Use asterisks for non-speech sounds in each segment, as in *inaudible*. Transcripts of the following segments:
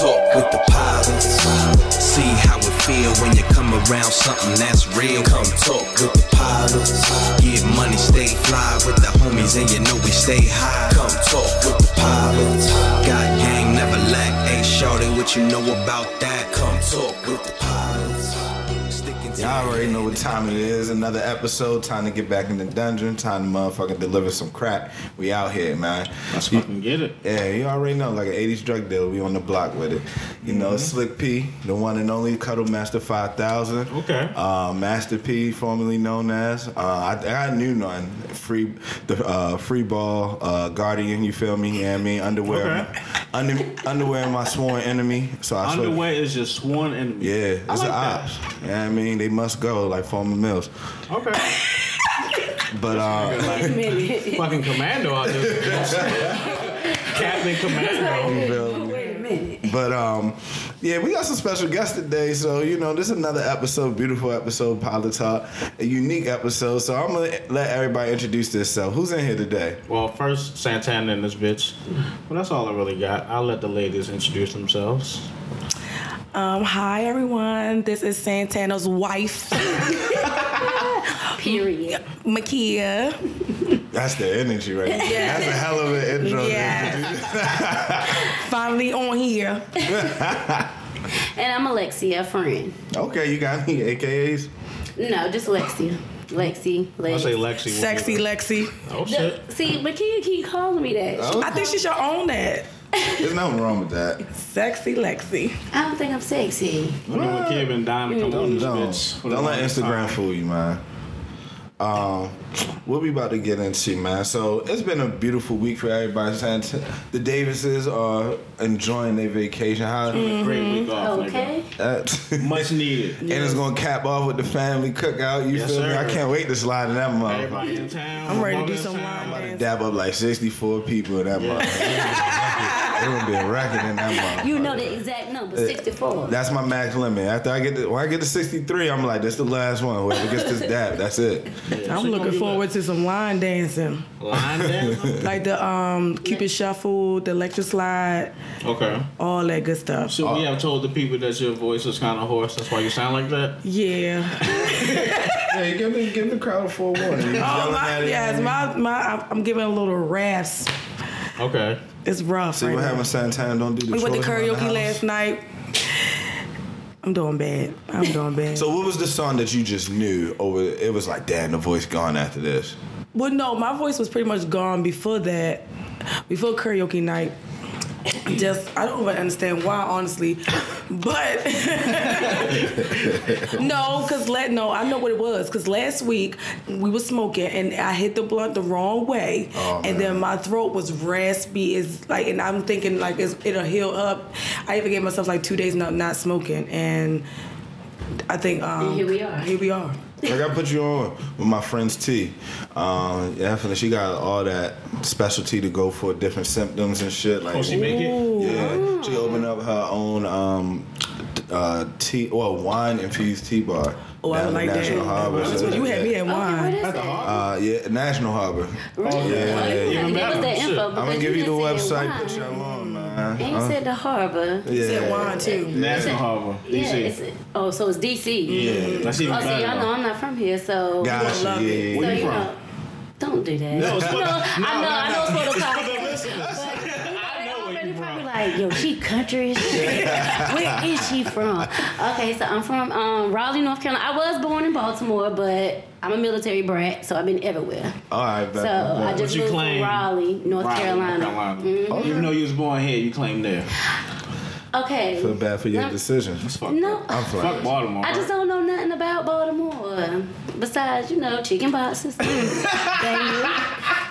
talk with the pilots. See how it feel when you come around something that's real. Come talk with the pilots. Get money, stay fly with the homies, and you know we stay high. Come talk with the pilots. Got gang, never lack. Hey, shorty, what you know about that? Come talk with the pilots. Sticking to Y'all the already know game. what time it is. Another episode. Time to get back in the dungeon. Time to motherfucking deliver some crack. We out here, man. Let's fucking get it. Yeah, you already know, like an 80s drug dealer, we on the block with it. You Mm-hmm. know, Slick P, the one and only Cuddle Master 5000. Okay. Uh, Master P, formerly known as. Uh, I, I knew none. Free the uh, Free Ball, uh, Guardian, you feel me? Yeah, I mean, underwear. Okay. Under, underwear, my sworn enemy. So I swear- Underwear is your sworn enemy. Yeah, it's I like an that. ops. Yeah, I mean, they must go, like former Mills. Okay. But, uh, *laughs* minute. fucking commando out there. *laughs* Captain Commando. Wait a minute. But um, yeah, we got some special guests today, so you know this is another episode, beautiful episode, Pilot Talk, a unique episode. So I'm gonna let everybody introduce themselves. Who's in here today? Well, first Santana and this bitch. Well, that's all I really got. I'll let the ladies introduce themselves. Um, hi everyone. This is Santana's wife, *laughs* Period. Makia. That's the energy right there. That's a hell of an intro. Yes. *laughs* Finally on here. And I'm Alexia, a friend. Okay, you got me, AKAs. No, just Lexia. Lexi. Lex. I'll say Lexi. will Sexy be- Lexi. Oh, The- shit. See, Makia keep calling me that. Oh. I think she should own that. There's nothing wrong with that. Sexy Lexi. I don't think I'm sexy. You know what kid been dying to come on Don't this bitch. for the don't let longest Instagram time. fool you, man. Um, what we about to get into, man. So it's been a beautiful week for everybody. Since the Davises are enjoying their vacation. How? Great Mm-hmm. week off, Okay. that- nigga. Mm. Much needed. *laughs* And it's gonna cap off with the family cookout. You Yes, feel me? sir. I can't wait to slide in that motherfucker. Everybody in town. I'm ready to do Walking some in line town. dance. Dab up like 64 people in that motherfucker. It would be a record in that motherfucker. You know the exact number, 64. That's my max limit. After I get to, when I get to 63, I'm like, that's the last one. Whoever gets this dab, that's it. I'm looking forward to some line dancing, *laughs* Line dance. like the um Cupid Shuffle, the Electric Slide, Okay. all that good stuff. So we have told the people that your voice is kind of hoarse. That's why you sound like that. Yeah. Hey, give the, give the crowd a *laughs* full warning. You Oh yelling my. at it. Yes. My my. I'm giving a little rasp. Okay. It's rough. See right what now. happens Santana don't do the We went to chores around the karaoke house? last night. I'm doing bad. I'm doing bad. So what was the song that you just knew over it was like, damn, the voice gone after this? Well, no, my voice was pretty much gone before that, before karaoke night. Just I don't even understand why, honestly, but *laughs* no, cause let no, I know what it was. Cause last week we were smoking and I hit the blunt the wrong way, Oh, and man. then my throat was raspy. It's like, and I'm thinking like it's, it'll heal up. I even gave myself like two days not not smoking, and I think um, And here we are. Here we are. Like I put you on with my friend's tea. Um, definitely, she got all that specialty to go for different symptoms and shit. Like, Oh, she make it. yeah, she opened up her own um, t- uh, tea, well, wine infused tea bar. Oh, I down would at like that. National Harbor. That's so what you had me at Okay, what wine. is that? Uh, yeah, National Harbor. Really? yeah, Why yeah. you Even not give us better. that Shit. info? I'm I'm gonna because give you the done said website. wine. Put y'all on, man. And you Uh, said the harbor. yeah. Said wine too. National Harbor. Yeah, DC. it's, oh, so it's DC. yeah. That's even Oh, so better. y'all know I'm not from here, so. Gotcha, love yeah, it. yeah, so yeah. you you from? know, don't do that. No, it's I *laughs* for- know, no, I know, no, I know it's for the the podcast. listeners. I know where you probably from. like, yo, she country as shit. Where is she from? Okay, so I'm from um, Raleigh, North Carolina. I was born in Baltimore, but I'm a military brat, so I've been everywhere. All right, bet, So I bet. just you moved claim? from Raleigh, North Raleigh, Carolina. Mm-hmm. Even though Oh, you was born here, you claim there. Okay. feel bad for your Now- decision. That's fucked No. up. I'm Fuck flying. Baltimore. I just right? don't know nothing about Baltimore. Besides, you know, chicken boxes. *laughs* Thank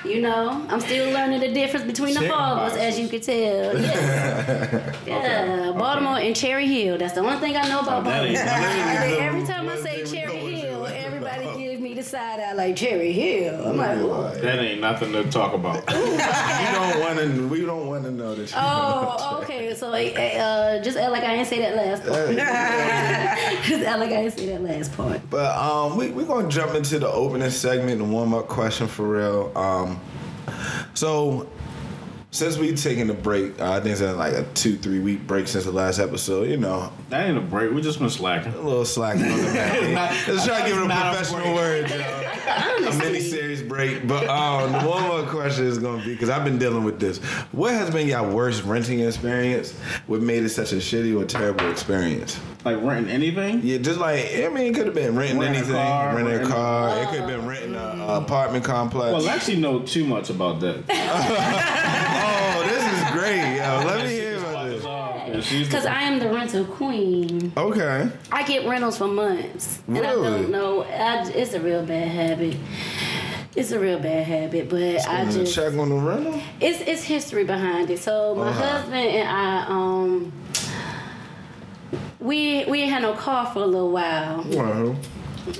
you. You know, I'm still learning the difference between the Chicken harbors, as boxes. you *laughs* could tell. Yeah, yeah. Baltimore and Cherry Hill. That's the only thing I know about Oh, that ain't- Baltimore. that And ain't every no- time I that say ain't Cherry no Hill, Cherry Hill. everybody gives me the side eye like Cherry Hill. I'm like, You're ooh, like, *laughs* That ain't nothing to talk about. We don't want to. We don't want to know this. oh, okay. So uh, just act like I didn't say that last part. *laughs* just act like I didn't say that last part. But um, we we're gonna jump into the opening segment and warm up question for real. Um, so Since we've taken a break, uh, I think it's been like a two, three week break since the last episode. You know, That ain't a break. We just been slacking. a little slack on the *laughs* back. Let's try to give it a Not a professional break. word, yo. *laughs* A mini series break. But um, the one more question is going to be because I've been dealing with this. What has been your worst renting experience? What made it such a shitty or terrible experience? Like renting anything. Yeah, just like I mean, it could have been renting Renting a anything, car, renting a renting- car. It could have been renting an apartment complex. Well, actually, know too much about *laughs* that. oh, this is great. *laughs* Yo, let me hear about this. Because Because I am the rental queen. Okay. I get rentals for months. And I Really? don't know. I, it's a real bad habit. It's a real bad habit, but I Wanna just. check on the rental. it's it's history behind it. So my Uh-huh. husband and I um we we ain't had no car for a little while. Wow.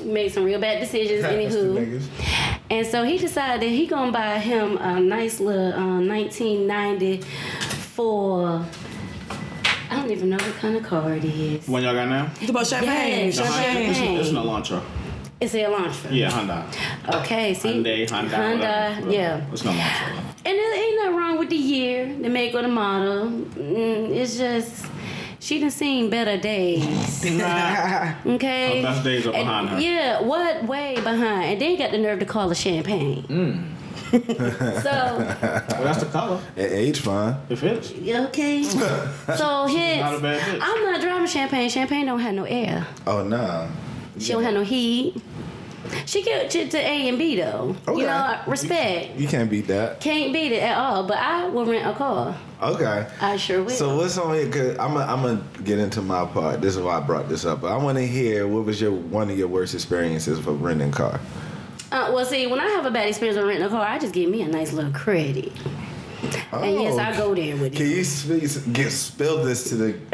Made some real *laughs* bad decisions, That's the anywho. niggas. And so he decided that he gonna buy him a nice little uh, 1990 for I don't even know what kind of car it is. One y'all got now? It's about champagne. Yes, champagne. champagne. It's an Elantra. It's a Elantra. Yeah, Hyundai. Okay, see. Hyundai, Hyundai. Hyundai, whatever. yeah. It's an Elantra. And there ain't nothing wrong with the year, the make or the model. Mm, it's just she done seen better days. *laughs* Okay. Her best days are And- behind her. Yeah, what way behind? And then got the nerve to call her champagne. Mm. *laughs* so Well, that's the color. It aged fine. It fits. okay. So hence Not a bad bitch. I'm not driving champagne. Champagne don't have no air. Oh nah. She don't have no heat. She get to, to A and B though. Okay. You know, respect. You can't beat that. Can't beat it at all. But I will rent a car. Okay. I sure will. So what's on here? Cause I'm gonna get into my part. This is why I brought this up. But I want to hear what was your one of your worst experiences for renting car. Uh, well, see, when I have a bad experience with renting a car, I just give me a nice little credit. and yes, I go there with Oh. Can it. you sp- get spill this to the? To the I *laughs*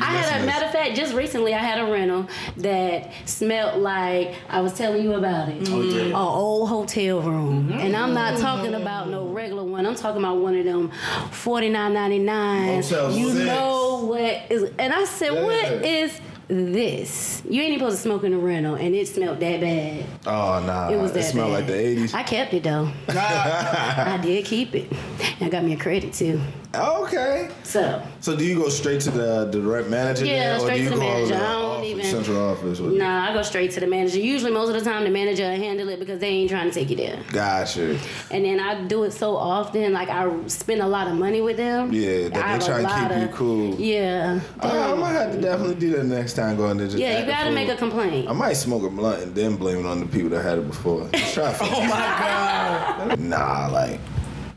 I had a matter of fact, just recently I had a rental that smelled like I was telling you about it. Oh, yeah. A old hotel room. Mm-hmm. And I'm not talking about no regular one. I'm talking about one of them forty nine ninety nine. Motel You six. know what is and I said, What Yeah. is this? You ain't even supposed to smoke in a rental and it smelled that bad. Oh nah. It was that smelled bad. like the '80s. I kept it though. *laughs* I did keep it. And I got me a credit too. okay. So So do you go straight to the the direct manager? there, Yeah, straight or do to you the call manager. The I don't office, even- Central office. What- nah, I go straight to the manager. Usually most of the time the manager will handle it because they ain't trying to take you there. Gotcha. And then I do it so often, like I spend a lot of money with them. Yeah, that I have they a try to lot keep you cool. Yeah. I, I might Uh, have to definitely do that next time going to. just yeah, act you a gotta fool. make a complaint. I might smoke a blunt and then blame it on the people that had it before. Just Try *laughs* Oh to my god. nah, like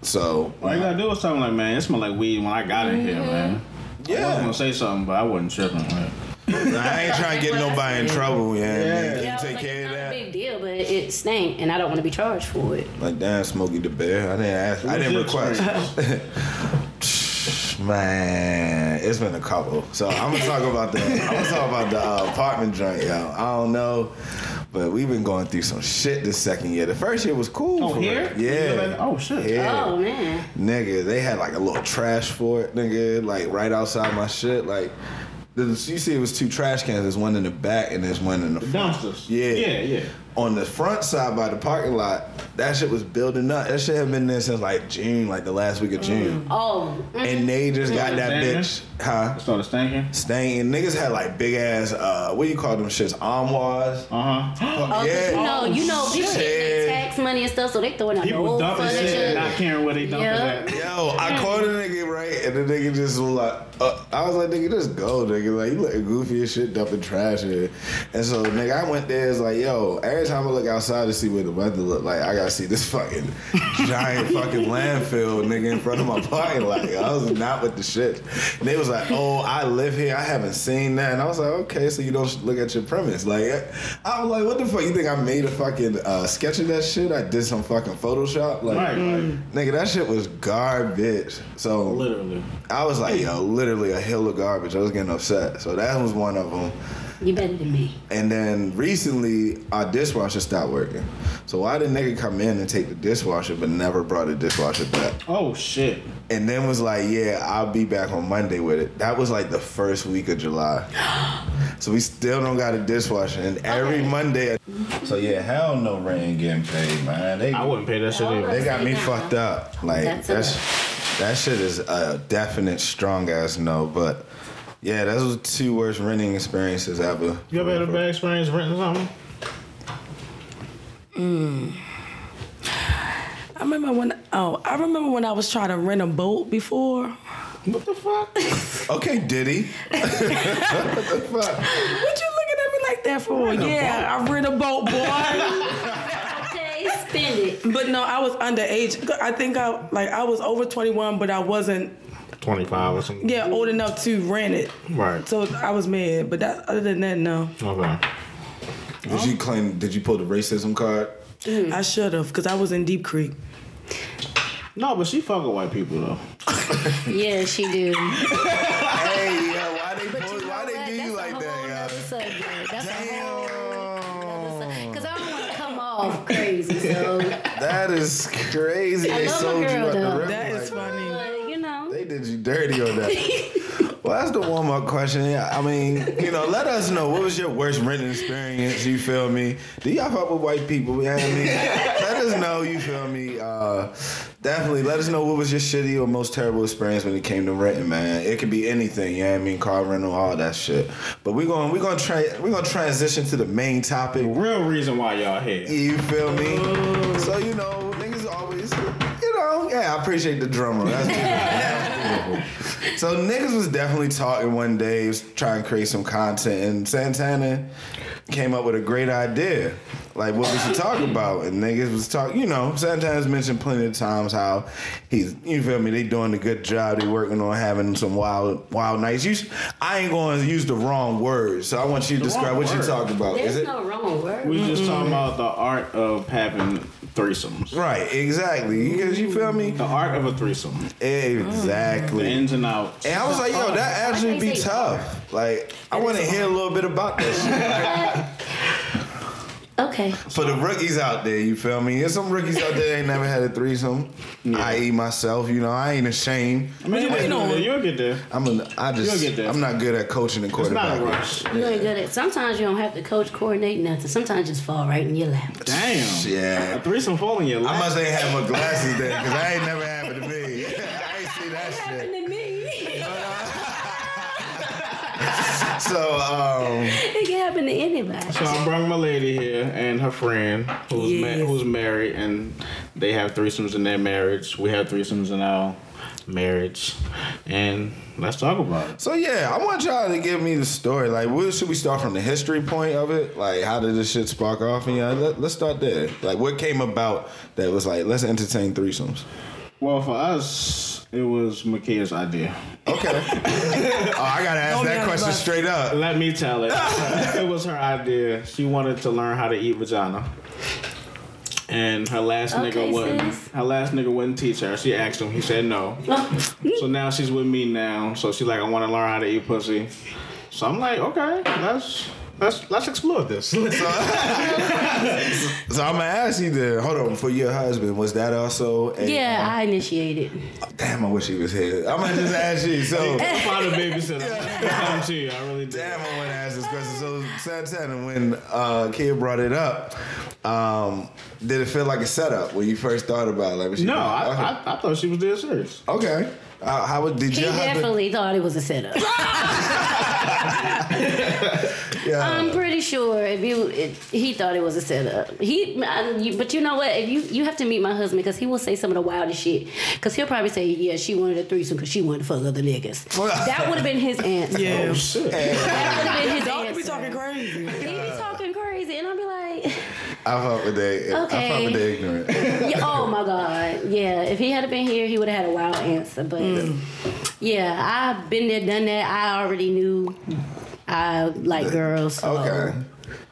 so. All you gotta do is something like, man, it smell like weed when I got in here, man. I was Yeah, gonna say something, but I wasn't tripping. Like, Nah, I ain't trying to get nobody in trouble. Yeah, Yeah. you I was take like, care it's of not a that. big deal, but it stank, and I don't want to be charged for it. Like damn, Smokey the Bear. I didn't ask. I What was didn't your request. *laughs* Man, it's been a couple. So I'm gonna talk about the. I'm gonna talk about the uh, apartment joint, y'all. I don't know, but we've been going through some shit this second year. The first year was cool. Oh, for here? it. You live Yeah. in- oh, shit. Yeah. Oh man. Nigga, they had like a little trash fort, nigga, like right outside my shit. Like, this- you see, it was two trash cans. There's one in the back and there's one in the front. *laughs* dumpsters. Yeah. Yeah, yeah. On the front side by the parking lot, that shit was building up. That shit had been there since like June, like the last week of June. Oh. mm. And they just got that Damn. bitch, huh? I started stinking. Stain. Niggas had like big ass, uh, what do you call them shits? Armoires. Oh, Uh huh. *gasps* Oh, 'cause you know, you know, people shit. getting their tax money and stuff, so they throwing *gasps* out People old dumping furniture. shit and not caring where they dumping Yeah. it. Yo, I called a nigga right, and the nigga just was like, uh, I was like, nigga, just go, nigga. Like you looking goofy as shit, dumping trash here. And so, nigga, I went there. It's like, yo, every time I look outside to see what the weather look like, I gotta see this fucking giant fucking landfill, nigga, in front of my parking lot. I was not with the shit. And they was like, oh, I live here. I haven't seen that. And I was like, okay, so you don't look at your premise. Like, I was like, what the fuck? You think I made a fucking uh, sketch of that shit? I did some fucking Photoshop, like. Right, right. Nigga, that shit was garbage. So Literally. I was like, yo, literally a hill of garbage. I was getting upset. So that was one of them. You better than me. And then recently, our dishwasher stopped working. So why did nigga come in and take the dishwasher but never brought the dishwasher back? Oh shit. And then was like, yeah, I'll be back on Monday with it. That was like the first week of July. So we still don't got a dishwasher, and every Okay. Monday. So yeah, hell no rent getting paid, man. They I wouldn't pay that shit either. they got me fucked up. Like That's that's That shit is a definite strong ass no, but yeah, those were two worst renting experiences ever. You ever had a bad experience renting something? I remember when oh, I remember when I was trying to rent a boat before. What the fuck? Okay, Diddy. what the fuck? What you looking at me like that for? yeah, I rent a boat, boy. Okay, *laughs* spend it. but no, I was underage. I think I like I was over 21, but I wasn't 25 or something. yeah old enough to rent it. Right. So I was mad. But that other than that, no, Okay. Did you claim? Did you pull the racism card? I should have because I was in Deep Creek. No, but she fuck with white people though. Yeah, she hey, do. *laughs* yo, why they pull, why But they do you that's a like whole that, nother yo? subject. That's a whole Damn. Because I don't want to come off crazy, so like, That is crazy. I They love a sold you girl, out the though. rim That is like funny. you know. They did you dirty on that. well, that's the warm up question. Yeah, I mean, you know, let us know what was your worst renting experience. You feel me? Do y'all fuck with white people? You know what I mean? let us know. You feel me? Uh, definitely. Let us know what was your shitty or most terrible experience when it came to renting, man. It could be anything. You know what I mean? Car rental, all that shit. But we're gonna we're gonna tra- we're gonna transition to the main topic. Real reason why y'all here. You feel me? So you know, niggas always, you know, yeah, I appreciate the drummer. That's beautiful. That's beautiful. So niggas was definitely talking one day, was trying to create some content, and Santana came up with a great idea. Like what we should talk about, and niggas was talking. You know, Santana's mentioned plenty of times how he's. You feel me? They doing a good job. They working on having some wild, wild nights. You, s- I ain't going to use the wrong words, so I want you to describe wrong what you word. talking about. Is it- There's no wrong word. We just talking about the art of having threesomes. Right, exactly. Because you feel me? The art of a threesome. The Exactly. ins and outs. And I was like, yo, that actually be tough. Like, I want to hear a little bit about that Okay. shit. For the rookies out there, you feel me? There's some rookies out there that ain't never had a threesome, i.e. myself. You know, I ain't ashamed. Man, What you waiting on? You'll get there. I'm a, I You'll get just, there. I'm not good at coaching and It's not a quarterbacking. rush. You ain't good at. Sometimes you don't have to coach, coordinate nothing. Sometimes just fall right in your lap. Damn. Yeah. A threesome fall in your I lap. must ain't have my glasses there because I ain't never happened to me. *laughs* I ain't see that shit. to me. *laughs* So, um, It can happen to anybody. so I brought my lady here and her friend who's Yes. ma- who's married, and they have threesomes in their marriage. We have threesomes in our marriage, and let's talk about it. So yeah, I want y'all to give me the story. Like, where should we start from the history point of it? Like, how did this shit spark off? And yeah, let, let's start there. Like, what came about that was like, let's entertain threesomes. Well, for us, it was Makia's idea. Okay. *laughs* oh, I gotta ask Don't be that question honest. straight up. Let me tell it. it was her idea. She wanted to learn how to eat vagina. And her last Okay, nigga wouldn't. sis. Her last nigga wouldn't teach her. She asked him. He said *laughs* no. so now she's with me now. So she's like, I want to learn how to eat pussy. So I'm like, okay, let's let's let's explore this. *laughs* So I'm gonna ask you then. Hold on, for your husband, was that also? A, Yeah, I initiated. Damn, I wish he was here. I'm gonna just ask you. So. *laughs* I found a babysitter. I'm to you. I really did. Damn, I want to ask this question. So, Santana, when uh, Kid brought it up, um, did it feel like a setup when you first thought about it? Like, was she No, like, I, okay. I, I thought she was dead serious. Okay. Uh, how would did He your husband? definitely thought it was a setup. Yeah. *laughs* I'm Oh. pretty sure if you, it, he thought it was a setup. He, I, you, but you know what? If you, you have to meet my husband because he will say some of the wildest shit. Because he'll probably say, "Yeah, she wanted a threesome because she wanted to fuck other niggas." that would have been *laughs* his answer. Yeah. Oh shit. That would have been his Y'all answer. be talking crazy. He be talking crazy, and I'll be like, I fuck with the I fuck Okay. with the *laughs* ignorant. yeah, "Oh my god, yeah." If he had been here, he would have had a wild answer. But Mm. yeah, I've been there, done that. I already knew I like girls. So Okay.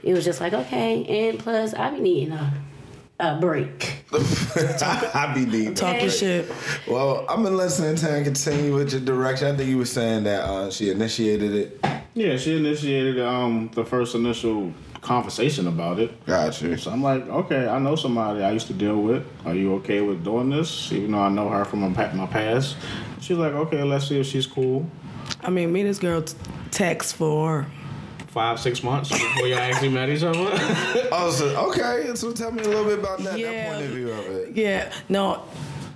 It was just like okay, and plus I be needing a, a break. *laughs* I be deep. Talk your shit. Well, I'm gonna let Santana continue with your direction. I think you were saying that uh, she initiated it. Yeah, she initiated um the first initial conversation about it. Got you. So I'm like, okay, I know somebody I used to deal with. Are you okay with doing this? Even though I know her from my pa- my past. She's like, okay, let's see if she's cool. I mean, me and this girl t- text for Five, six months before y'all actually met each *laughs* other. Oh, so okay. So tell me a little bit about that, that Yeah. point of view of it. yeah. No,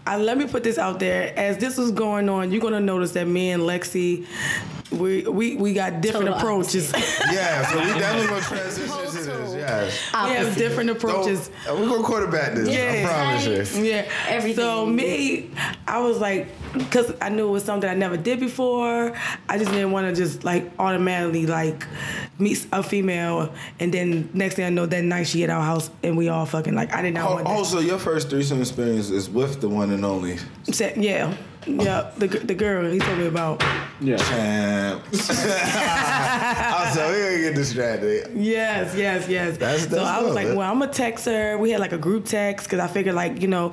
I, let me put this out there. As this was going on, you're gonna notice that me and Lexi, we we, we got different Total approaches. *laughs* Yeah, so we definitely gonna transition to this. Yes. we have different approaches. So, we're gonna quarterback this. Yeah. I promise you. Yeah. Everything So you me, I was like, because I knew it was something I never did before. I just didn't want to just like automatically like meet a female and then next thing I know, that night she at our house and we all fucking like I did not Oh, want that. oh, so your first threesome experience is with the one and only. Sa- yeah. Yeah, the g- the girl he told me about. Yeah. Champ. Uh, *laughs* also, we gonna get distracted. Yes, yes, yes. That's- so that's I was love, like, man. well, I'm gonna text her. We had like a group text because I figured like you know,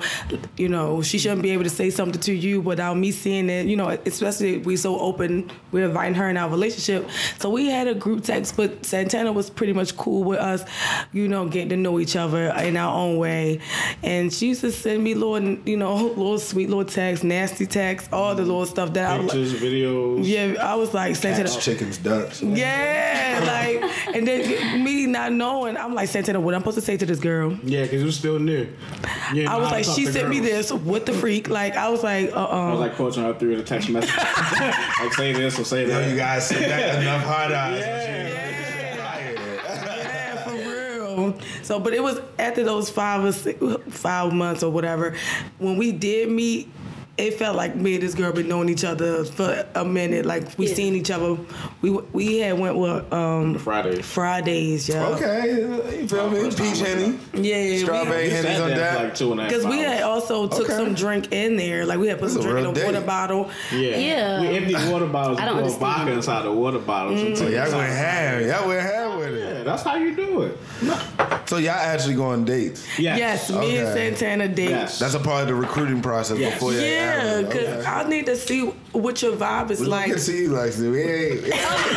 you know, she shouldn't be able to say something to you without me seeing it. You know, especially if we so open, we're inviting her in our relationship. So we had a group text, but Santana was pretty much cool with us, you know, getting to know each other in our own way. And she used to send me little, you know, *laughs* little sweet little texts, nasty texts, all the little stuff that I was. Pictures, videos. Yeah, I was like Santana. Cats, chickens, ducks. Yeah, *laughs* like, and then me not knowing, I'm like, Santana, what I'm supposed to say to this girl? Yeah, because it was still new. Yeah, I was like, she sent sent me this. What the freak? Like, I was like, uh, I uh was like quoting her through the text *laughs* message. *laughs* like, say this or say Yo, that. you guys said that *laughs* enough hard eyes. yeah, for real. So, but it was after those five or six, five months or whatever, when we did meet. It felt like me and this girl been knowing each other for a minute. Like we Yeah. seen each other. We we had went what um Friday. Fridays, yeah. Okay, you feel me? First time Peach with Henny, Yeah, yeah. we- strawberry We sat Henny's on there for that. like two and a half Because we had hours. also took Okay. some drink in there. Like we had put That's some a drink in a real water date. bottle. Yeah. Yeah. We emptied water bottles I and don't poured understand. vodka inside the water bottles. Mm. and So took y'all it went outside. ham. Y'all went ham with it. Yeah, that's how you do it. So y'all actually go on dates. Yes. Yes, me Okay. and Oh, Santana date. Yes. That's a part of the recruiting process Yes. before you Yeah, actually- because okay. I need to see what your vibe is We like. can see you, Lexi. We ain't. *laughs* we can see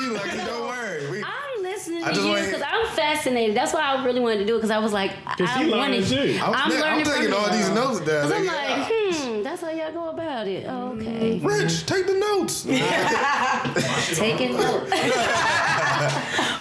you, Lexi. Don't worry. *laughs* We- I'm listening I to just you wanna hear- because I'm fascinated. That's why I really wanted to do it because I was like, she I learning wanted. too. I'm- I'm I'm learning from taking all y'all. these notes down, 'Cause I'm nigga. like, hmm, that's how y'all go about it. Okay, *laughs* Rich, take the notes. taking notes.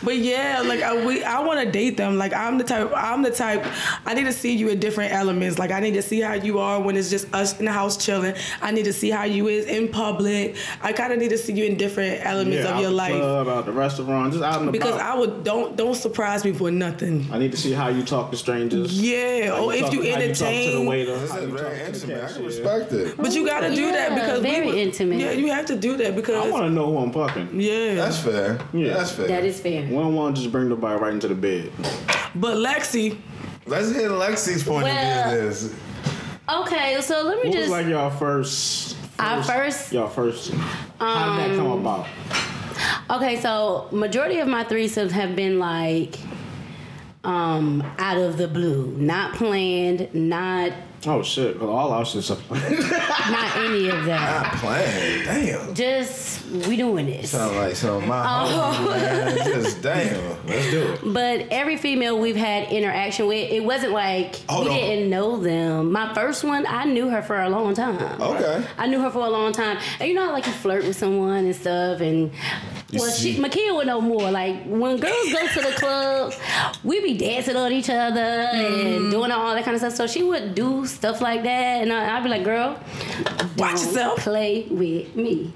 But yeah, like I we I want to date them. Like I'm the type I'm the type I need to see you in different elements. Like I need to see how you are when it's just us in the house chilling. I need to see how you is in public. I kind of need to see you in different elements Yeah, of out your the life Club, out the restaurant, just out in the because I would don't don't surprise me for nothing. I need to see how you talk to strangers. Yeah, How or if talk- you how entertain. talk to the waiter. This how is you talk to very the intimate. I can cashier. respect it. But you gotta do that Yeah, because we very would- intimate. Yeah, you have to do that I because want to know who I'm fucking. yeah. That's fair. Yeah. That's fair. That is fair. We don't want to just bring nobody right into the bed. but Lexi, Let's hit Lexi's point Well- of view of this. Okay, so let What me was just. like y'all first? Uh, Our first- Y'all first. how did that Um, come about? Okay, so majority of my threesomes have been like um out of the blue, not planned, not Oh shit! Well, all our shit's up. *laughs* not any of that. I'm playing. Damn. Just we doing this. Sound like some of my Oh. homies, man. Just damn. Let's do it. But every female we've had interaction with, it wasn't like Hold we on. didn't know them. My first one, I knew her for a long time. Okay. I knew her for a long time. And you know how like you flirt with someone and stuff and well see. she Makia would know more. Like when girls go to the clubs, we be dancing on each other and doing all that kind of stuff. So she would do stuff like that and I, I'd be like, girl, Watch don't yourself. Play with me.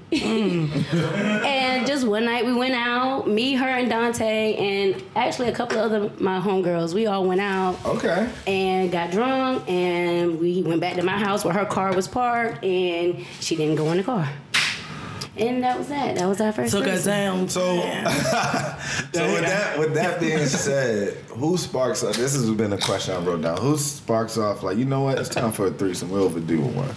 *laughs* and just one night we went out, me, her, and Dante, and actually a couple of other my homegirls. We all went out Okay. and got drunk and we went back to my house where her car was parked and she didn't go in the car. And that was that. That was our first took us threesome. down. So, *laughs* so with that with that being said, who sparks off? This has been a question I wrote down. Who sparks off? Like you know what? It's time for a threesome. We're overdue with one.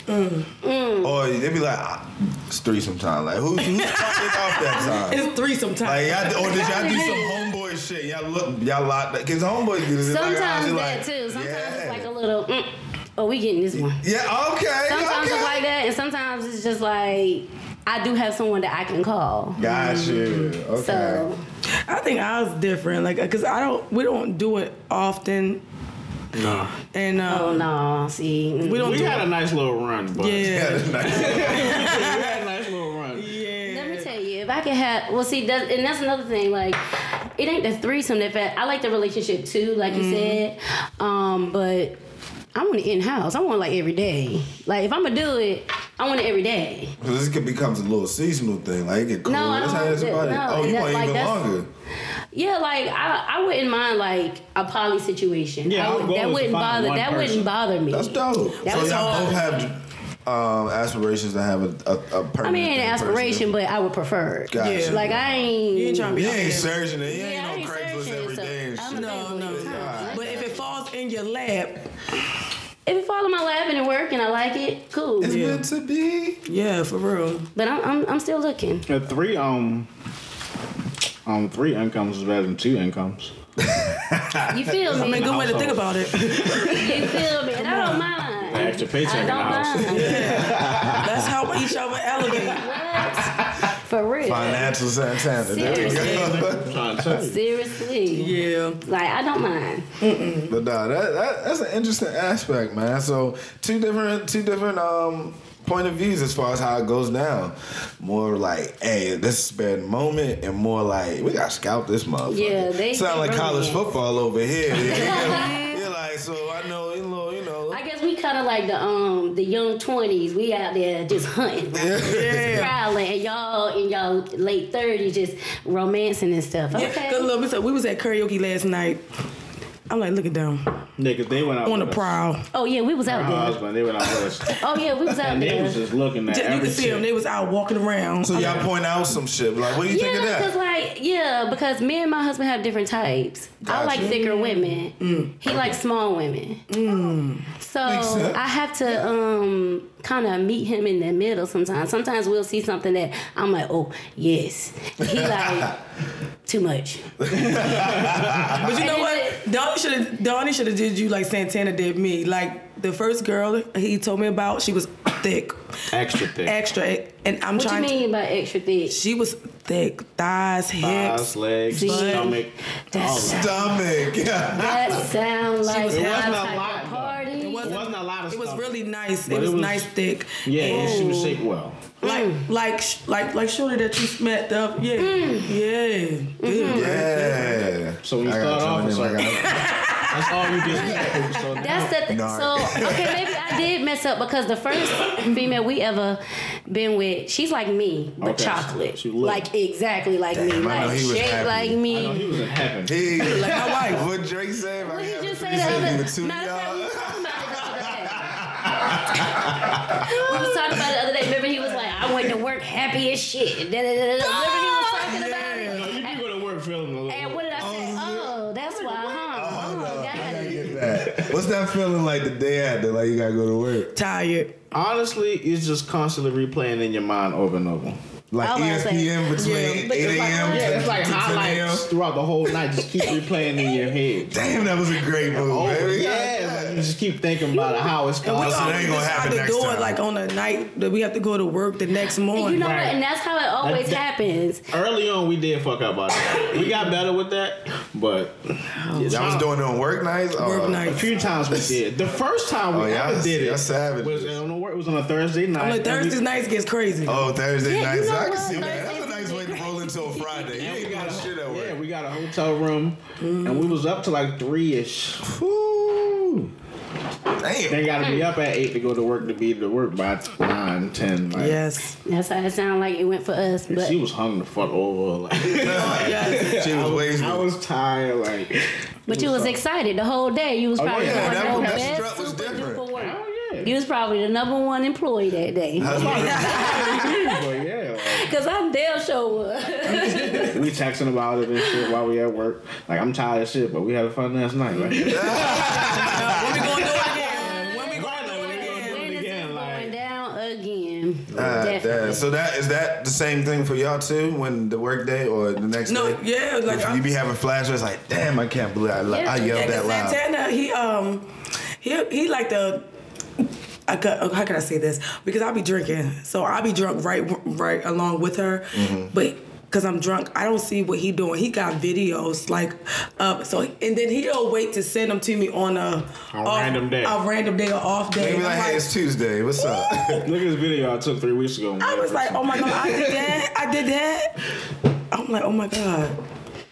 Mm. Or they'd be like, ah, it's threesome time. Like who who sparked it off that time? It's three sometimes. Like y'all, or did y'all do *laughs* some homeboy shit? Y'all look, y'all locked. Cause homeboys do this. It's like, Sometimes ah, that she too. Sometimes yeah. it's like a little, mm, oh, we getting this one. yeah, okay. Sometimes okay. it's like that and sometimes it's just like, I do have someone that I can call. Got you. Okay. So, I think I was different, like, uh, cause I don't, we don't do it often, no. and uh, oh no, see. mm. we don't We do had a it. nice little run, but *laughs* yeah, Yeah, that's nice. we had a nice little run. Let me tell you, if I could have, well, see, that, and that's another thing. Like, Mm-hmm. it ain't the threesome that fat. I like the relationship too, like you said, um, but I want it in house. I want like every day. Like if I'm gonna do it, I want it every day. Because this could becomes a little seasonal thing. Like it get cold. No, I that's don't how want it's that. about it. No, oh, you that- want like, even that's- longer. Yeah, like I, I wouldn't mind like a poly situation. Yeah, I our goal would, that is to wouldn't find bother. one That person. wouldn't bother me. That's dope. That so was y'all hard. both have um, aspirations to have a, a, a permanent. I mean, an thing aspiration, personally. but I would prefer. it. Gotcha. Yeah. Like I ain't. You ain't trying to be you out ain't there. searching it. You ain't Yeah, I on ain't Craigslist searching, every so day and I'm shit. available No, no. anytime. But if it falls in your lap, If it fall in my lap and it work and I like it, cool. It's Yeah. meant to be. yeah, for real. But I'm, I'm I'm still looking. Uh, three um um three incomes is better than two incomes. *laughs* You feel I me? mean, good way to think about it. *laughs* you feel me? And I don't mind. An extra paycheck I in the house. don't mind. That's how each other elevate. *laughs* What? For real. Financial Santana. There we go. I'm trying to tell you. Seriously. Yeah. Like I don't mind. But nah, that, that that's an interesting aspect, man. So two different two different um point of views as far as how it goes down. More like, hey, this is spare the moment, and more like we gotta scalp this motherfucker. Yeah, they- sound they like really college is. football over *laughs* here. yeah, Yeah, like so I know you know you know. I guess we kind of like the um the young twenties. We out there just hunting, like, just prowling, and y'all in y'all late thirties just romancing and stuff. Yeah, Okay. Cause look, we, said, we was at karaoke last night. I'm like, look at them Nigga, they went out on the with us. prowl. oh yeah, we was Her out there. husband, they went out with *laughs* us. Oh yeah, we was out Uh, And they there. was just looking at Ju- You every could see them. chick. They was out walking around. So y'all point out some shit. Like, what do you think of Yeah, that? because like yeah, because me and my husband have different types. I like Gotcha. Mm. thicker women. He likes small women. So Makes sense. I have to um kind of meet him in the middle sometimes. Sometimes we'll see something that I'm like, oh yes. *laughs* He like too much. But you know what? Donnie should have Donnie should have did you like Santana did me. Like the first girl he told me about, she was thick, Extra thick. extra, and I'm What you trying. to mean by extra thick? She was thick, thighs, hips. Thighs, legs, See? stomach. all *laughs* That's- that. Stomach. Yeah. That sound like was my having a type lot, of though. party. It It wasn't. wasn't a lot of It was stuff. really nice. It But was, it was- nice, thick. Yeah, and she was shaped well. Mm. Like, like, sh- like, like, shorter that you met up. Yeah, Mm. yeah. Good. Mm-hmm. yeah. So when you I gotta start off join with in, I gotta- That's all you get. So now- That's the thing. Nah. So okay, maybe I did mess up because the first female we ever been with, she's like me, but Okay. chocolate, She little. like exactly like me, Damn, I know like he was shaped happy. like I know me. he was in heaven. *laughs* He- Like my wife. What Drake said? What did you just say He the said he other? would tune Matter of fact, y'all. we was talking about this the other day. We was talking about it the other day. Remember, he was like, "I went to work happy as shit." Da, da, da, da. Remember, he was talking about it. You do go to work feeling a little. And what did I say? Oh, that's why, huh? Oh, got it. That. What's that feeling like the day after? Like you gotta go to work. Tired. Honestly, it's just constantly replaying in your mind over and over. Like Oh, E I was about to ESPN between Yeah, 8 a.m. Yeah, it's to, like to 10 a.m. highlights throughout the whole night. Just keep replaying in your *laughs* head. Damn, that was a great move, Over, baby. Oh, yeah, like you just keep thinking about it, how it's And we going. so that ain't gonna always happen out the next door time. like on the night that we have to go to work the next morning. You know Right. what? And that's how it always that- happens. Early on, we did fuck up about that. We got better with that, but it's Y'all was not- doing it on work nights. Oh, work a nights. few times we did. The first time we Oh, y'all- ever did it y'all savages. was on a, work- it was on a Thursday night. I'm and like we- Thursday nights gets crazy. Oh, Thursday Yeah, you nights. know I can what? see that. That's a nice Thursdays way to roll into a Friday. You and ain't we got doing a- shit at Yeah, work. we got a hotel room, and we was up to like three ish. Whew. Damn. *laughs* They got to be up at eight to go to work to be to work by nine, ten. Like, Yes. That's how it sounded like it went for us, but She was hung the fuck *laughs* over. Like, yes. She was wasted. I was tired. Like, but you was excited the whole day. You was probably yeah, doing that your was- that best strut was super different. duper work. oh yeah. You was probably the number one employee that *laughs* day. *laughs* but yeah, like, Cause I'm damn sure *laughs* was. we texting about it and shit while we at work. Like I'm tired of shit, but we had fun last night. Like, When we gonna do it again? When we gonna do it again? When is again, it going like- down again? Ah, Definitely. damn. So that is that the same thing for y'all too when the work day or the next No, day? yeah, like If I- you be having flashbacks like, damn, I can't believe I, Yeah. I yelled Yeah, 'cause that loud. Santana, he um, he he like the. I got, oh, how can I say this? Because I be drinking, so I be drunk right right along with her, Mm-hmm. but. Cause I'm drunk, I don't see what he doing. He got videos like, up. so and then he'll wait to send them to me on a, A random day. a random day or off day. They be like, I'm hey, it's Tuesday. What's up? look at this video I took three weeks ago. *laughs* I was like, oh my oh god, I did that, I did that. I'm like, oh my god.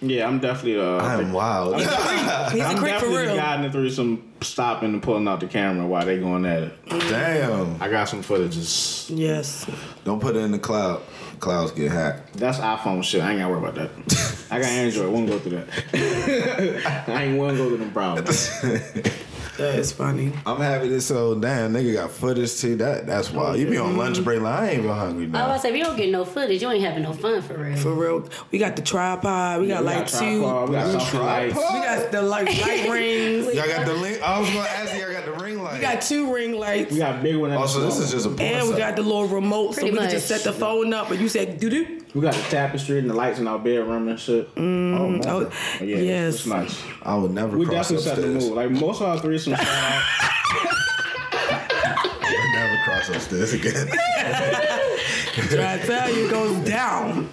Yeah, I'm definitely. Uh, *laughs* I'm wild. He's I'm a creep for definitely real. the guy in the threesome stopping and pulling out the camera while they going at it. *laughs* Damn. I got some footages. Yes. Don't put it in the cloud. Clouds get hacked. That's iPhone shit. I ain't gotta worry about that. I got Android. Won't go through that. *laughs* I ain't one go through them problems. That is funny. I'm happy this so damn nigga got footage too. That that's wild. You be on lunch break like I ain't even hungry I now. was say if you don't get no footage, you ain't having no fun for real. For real. We got the tripod. We got We like got two. tripod, We got something like. We got *laughs* the like light rings. Y'all got the link. I was gonna ask you. Y'all got the ring light. We got two ring lights. We got big one. and also, small this is one. just a. porn And we site. got the little remote, Pretty so we can just much. set the phone up. But you said doo doo. We got the tapestry and the lights in our bedroom and shit. Oh, But yeah, yes. it's nice. I would never. We cross definitely set the upstairs. mood. Like most of our *laughs* threesomes, start out- I *laughs* never cross upstairs again. Try to tell you, it goes down.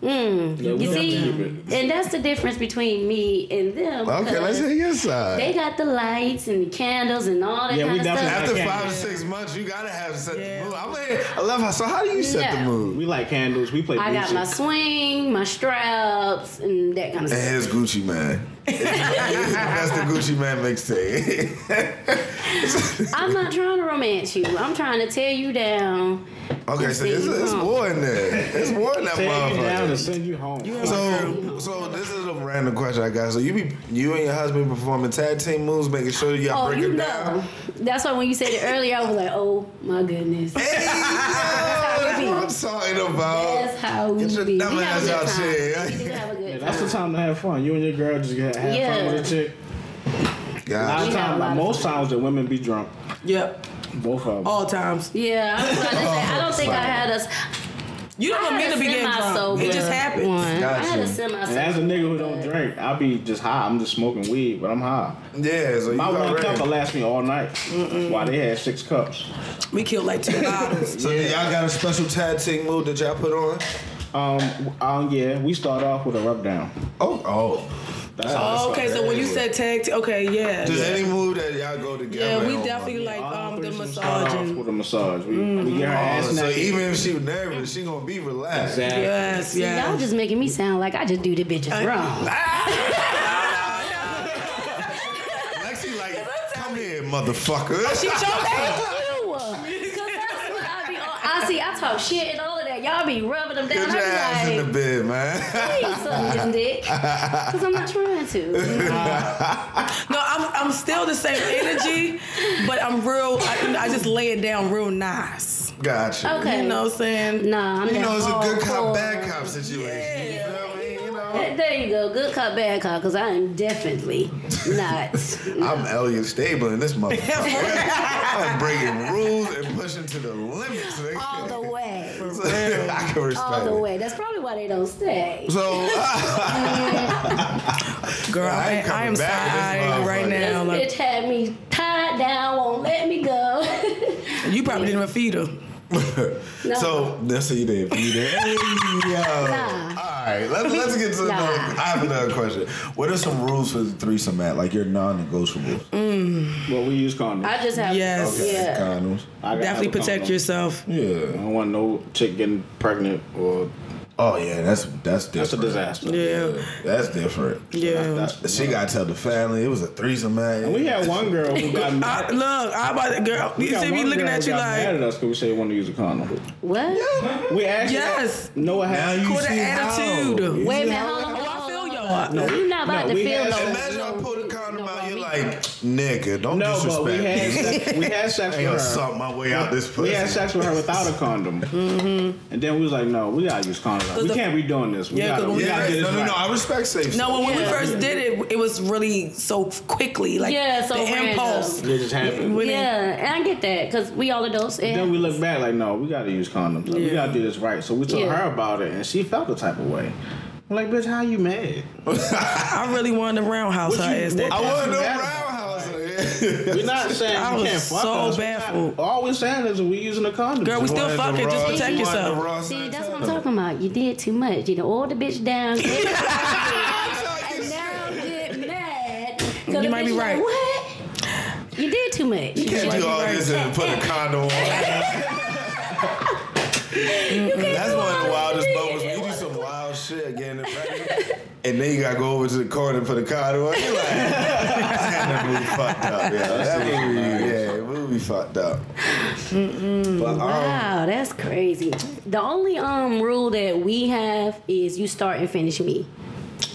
yeah, we You definitely see, keep it. and that's the difference between me and them. okay, let's 'cause hit your side. They got the lights and the candles and all that Yeah, we kind of definitely stuff. After Yeah. five to six months, you gotta have set Yeah. the mood. I'm like, I love how. So how do you set the Yeah. mood? We like candles. We play. I got music. my swing, my straps, and that kind of And stuff. here's Gucci Man. *laughs* That's the Gucci Man mixtape. I'm not trying to romance you. I'm trying to tear you down. okay, so it's, it's war in there. It's war in that Tear you down and motherfucker. send you home. So, so this is a random question I got. So you be you and your husband performing tag team moves, making sure y'all Oh, break you it know. down. That's why when you said it earlier, I was like, oh my goodness. Hey, yo, *laughs* that's what I'm talking about. That's how we Get your be. dumb we have ass a good out time. here. We do have a good Yeah, that's time. the time to have fun. You and your girl just get have Yeah. fun with a chick. A God, lot We of times, have a lot like of most times, the women be drunk. Yep, Both of them. Oh, all times. Yeah, I'm trying to say, I don't think I had us. You I don't had mean to a be getting drunk. semi-sober It just happened. One. I had Gotcha. a semi and as a sober. nigga who don't drink, I'll be just high. I'm just smoking weed, but I'm high. yeah. So you My one cup already. will last me all night. While they had six cups. We killed *laughs* like two bottles. So then y'all got a special tag team move that y'all put on? Um, um, yeah, we start off with a rub down. Oh, oh. That's Oh, okay, so when you said tag, t- okay, yeah, Does any move that y'all go yeah, together? we on? definitely like All um the threesomes start massage off and With a massage, we, we Mm-hmm. get her Oh, ass so naked. even if she was nervous, she gonna be relaxed. Exactly. yes, See, y'all yes. just making me sound like I just do the *laughs* bitches wrong. Lexi like, come here, motherfucker. Oh, *laughs* *laughs* She choked. I see, I talk shit and all of that. Y'all be rubbing them down. Get your I ass be in the like, bed, man. please suck this dick. Because I'm not trying to. No, I'm I'm still the same energy, but I'm real. I, I just lay it down real nice. *laughs* Gotcha. Okay. oh, You know what I'm saying? Nah, I'm You that know, it's a good hardcore. cop, bad cop situation. You feel me? You know? There you go. Good cop, bad cop. Because I am definitely not. I'm Elliot Stable in this motherfucker. I'm breaking rules and pushing to the limits. nigga. *laughs* all the way. *laughs* I can respect All the it. way. That's probably why they don't stay. *laughs* So Girl, I ain't I, I am coming side back with this eyeing right motherfucker. now. This Like, bitch had me tied down, won't let me go. *laughs* you probably didn't even feed her. So that's what you did. You did. *laughs* Hey, yo. All right, let's let's get to Nah. another. I have another question. What are some rules for the threesome at? Like your non-negotiables. Mm, Well, we use condoms. I just have. Yes. Yeah. Condoms. I got- Definitely I have a protect condom. yourself. I Yeah. don't want no chick getting pregnant or Oh yeah, that's that's different. that's a disaster. Yeah, That's different. yeah. That's- She gotta tell the family it was a threesome at. we had one girl who got *laughs* I, mad. look, I about to, girl. We You got see me one looking girl at who you got mad at like us because we said we wanted to use a condom. What? We actually Yes. Noah Now had you quarter see how. attitude. Wait a minute. Hold on. Oh, Hold on. I feel hold on. y'all. No, You not about no, to we feel had no. sex- Imagine I no- pull the condom no, out. You're me. like, nigga, don't No, disrespect but we had me. sex, we *laughs* had sex I ain't with gonna her. suck my way out this pussy. We had sex with her without a *laughs* condom, and then we was like, "No, we gotta use condoms. we Mm-hmm. the- can't be doing this. We Yeah, 'cause gotta, when we we Yeah, gotta first- do no, this no, no. right. I respect safe. *laughs* No, when, when we Yeah. first did it, it was really so quickly, like Yeah, so the random. impulse. It just happened. When it- Yeah, and I get that because we all adults. And Then we look back like, no, we gotta use condoms. Like, We Yeah. gotta do this right. So we told Yeah. her about it, and she felt the type of way. I'm like, bitch, how you mad? I really wanted to roundhouse her What you- ass. what- That I want no That's roundhouse. yeah. *laughs* We're not saying I you was can't fuck so us. We're baffled. not- All we're saying is we using a condom. Girl, we still Wanted the fucking. Just raw- protect wanted yourself. the raw See, side that's what I'm too. talking about. You did too much. You done ordered the bitch *laughs* down. gave her what she wanted, and now *laughs* get mad. 'Cause the You might be bitch right. Like, what? You did too much. You Can't do all this and put a condom on. That's can't one of do all the wildest this. *laughs* moments. when You do some wild shit again. in front of you. and then you gotta go over to the corner for the car to work. You're like, that movie fucked up. Yeah, that movie, yeah, that movie fucked up. But, um, Wow, that's crazy. The only um rule that we have is you start and finish me.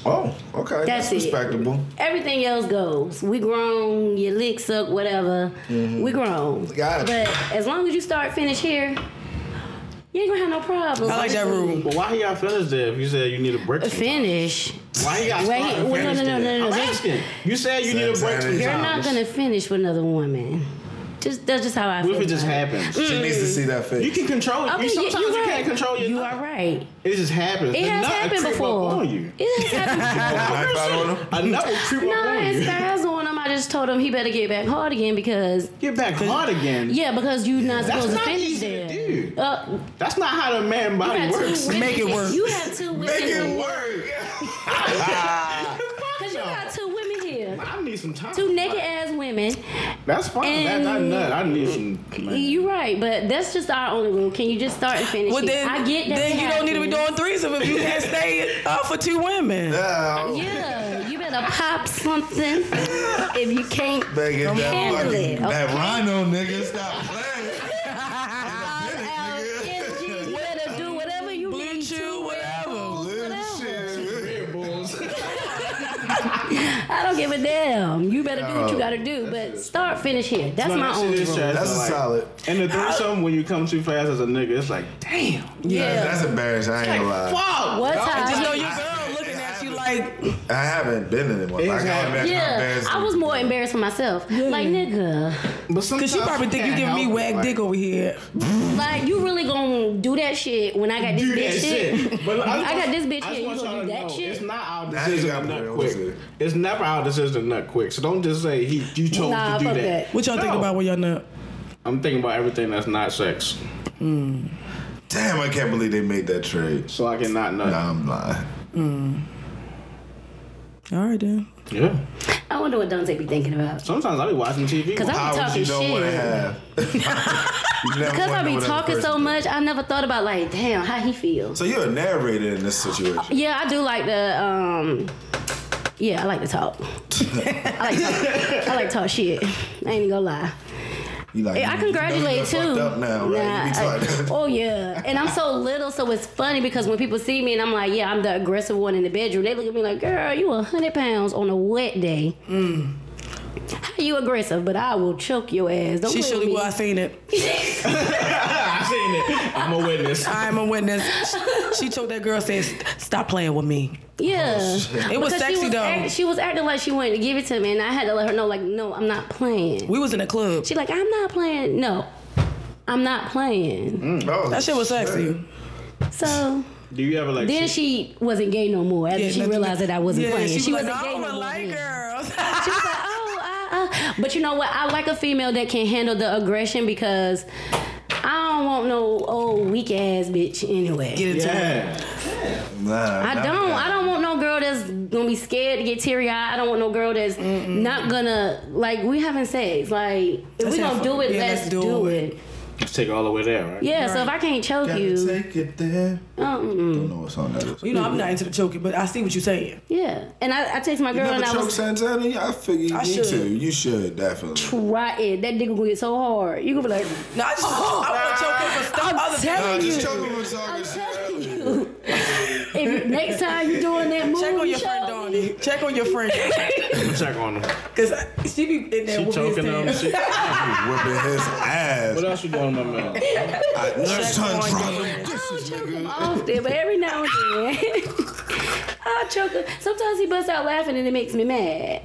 Oh, okay. That's That's, it. respectable. Everything else goes. We grown, your lick suck, whatever. We grown. Got it. But as long as you start, finish here, you ain't gonna have no problems. I like that rule. But why he got finished there if you said you need a break? Finish. Why he got Wait, started and wait, no, no, finished no, there? no, no, I'm no. asking. You said you need a break Sometimes. sometimes. You're not gonna finish with another woman. Just that's just how I feel. What if it just about happens? She needs to see that face. You can control it. Okay, you, you- sometimes you, you're right. can't control your You nut. are right. It just happens. It The has nut will happened creep up before. on you. *laughs* It has happened before. High five on her? A nut will creep up No, I on ain't you. skies on him. I just told him he better get back hard again because Get back hard again. yeah, because you're not That's supposed not to finish easy to there. do. Uh, That's not how the man you body had works. two women. Make it work. You have two women. Make it here. work. Cause you got two women here, I need some time. two naked ass women. That's fine. That, that And- nut. I need some. You're right, but that's just our only rule. Can you just start and finish? Well, it? then, I get that. then it you don't need to be happens. doing threesome if you can't stay up for two *laughs* women. Now, Yeah, you better pop something if you can't. Back in that, Handle fucking, it, that rhino nigga, stop *laughs* playing. LSG, You better do whatever you Blue need chew, to. whatever. Little shit. I don't give a damn. You better do what Oh, you gotta do, but start, finish here. That's No, my that shit only is rule. trash. That's So, a like, solid. And the threesome, when you come too fast as a nigga, it's like, damn. uh, Yeah. That's embarrassing. I ain't gonna lie. Fuck. What's Y'all- high? Just know your girl looking at you like, I haven't been in one. Like, I got back Yeah, embarrassed. I was more embarrassed for myself. Like nigga, But sometimes because she probably think you can't giving me help it, wag like, dick over here. like you really gonna do that shit when I got this Do that bitch shit? shit. But I, just *laughs* I got want- this bitch I just here, want you gonna y'all do to that know, shit? It's not our Now you decision got to me, nut what's quick. it? It's never our decision to nut quick. So don't just say he you chose Nah, to do fuck that. that. What y'all think No. about when y'all nut? I'm thinking about everything that's not sex, Damn, I can't believe they made that trade. so I can not nut. Nah, I'm lying. All right, then. Yeah. I wonder what Dante be thinking about. Sometimes *laughs* I be watching TV. 'Cause I- Powers talking you don't shit. want to *laughs* have. Cause I be talking so much, I never thought about like, damn, how he feels. So you're a narrator in this situation. Yeah, I do like the um. Yeah, I like to talk. I like to talk. I like to talk shit. I ain't even gonna lie. You like, Yeah, you- I you know congratulate you done too. fucked Up now, right? Nah, you be *laughs* talking. I- oh yeah, and I'm so little, so it's funny because when people see me and I'm like, yeah, I'm the aggressive one in the bedroom. They look at me like, girl, you a hundred pounds on a wet day. Mm. How you aggressive? But I will choke your ass. Don't She play surely with me. will. I seen it. I seen it. I'm a witness. I'm a witness. *laughs* She told that girl, said, "Stop playing with me." Yeah, Oh, It was Because sexy, she was though. act- she was acting like she wanted to give it to me, and I had to let her know, like, no, I'm not playing. We was in a club. She like, I'm not playing. No, I'm not playing. Oh, That shit was sexy. So Do you ever like? then sit- she wasn't gay no more after Yeah, she nothing- realized that I wasn't yeah, playing. She, She, was like, "Oh, wasn't "I gay no don't more. like then. girls." *laughs* She was like, oh, I, I. But you know what? I like a female that can handle the aggression because I don't want no old weak ass bitch anyway. Get into it. Yeah. Nah, I don't. I don't want no girl that's gonna be scared to get teary eyed. I don't want no girl that's not gonna like. We having sex. Like if Let's we have gonna fun. do it, Yeah, let's, do, it. Just take it all the way there, right? Yeah. So if I can't choke Gotta you, take it there. um, don't know what song that is. You know, I'm not into the choking, but I see what you're saying. yeah. And I, I text my girl you and never I choke was Santana? Yeah, I figure you I need should. to. You should definitely. rotten. That nigga gonna get so hard. You gonna be like, No, I just Oh. I want to choke him for stuff. Other Nah, than- just choke him for talking I'm shit. telling you. if next time you doing that move, Check on your show friend, me. Donnie. Check on *laughs* your friend, Check on them. cause she be in there She with his choking them. hands. She, Whipping his ass. what else you doing, my man? I, next time, on drop your him. I don't choke him often, but every now and then. *laughs* I'll choke him. Sometimes he busts out laughing and it makes me mad.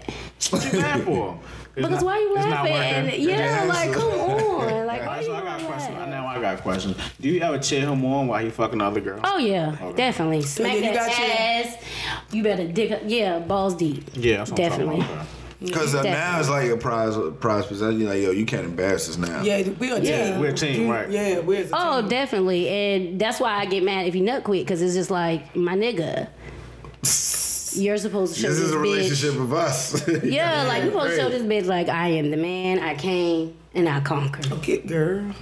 What you mad *laughs* for? It's Because not- why you it's not laughing? working. And, yeah, like *laughs* come on, like why Alright, you so I got gonna questions. laugh? Now I got questions. Do you ever cheer him on while he fucking the other girl? Oh yeah, definitely. Smack you that got your- ass. You better dig. up. Yeah, balls deep. yeah, that's what definitely. I'm talking about. Because uh, now it's like a prize, prize possession. You're like, yo, you can't embarrass us now. Yeah, we a Yeah. team. We're a team, You- right. Yeah, we're a team. Oh, definitely, and that's why I get mad if you nut quick because it's just like my nigga. You're supposed to show This this, is a bitch. relationship of us. *laughs* Yeah, like you supposed to show this bitch like I am the man, I came and I conquered. Get girl.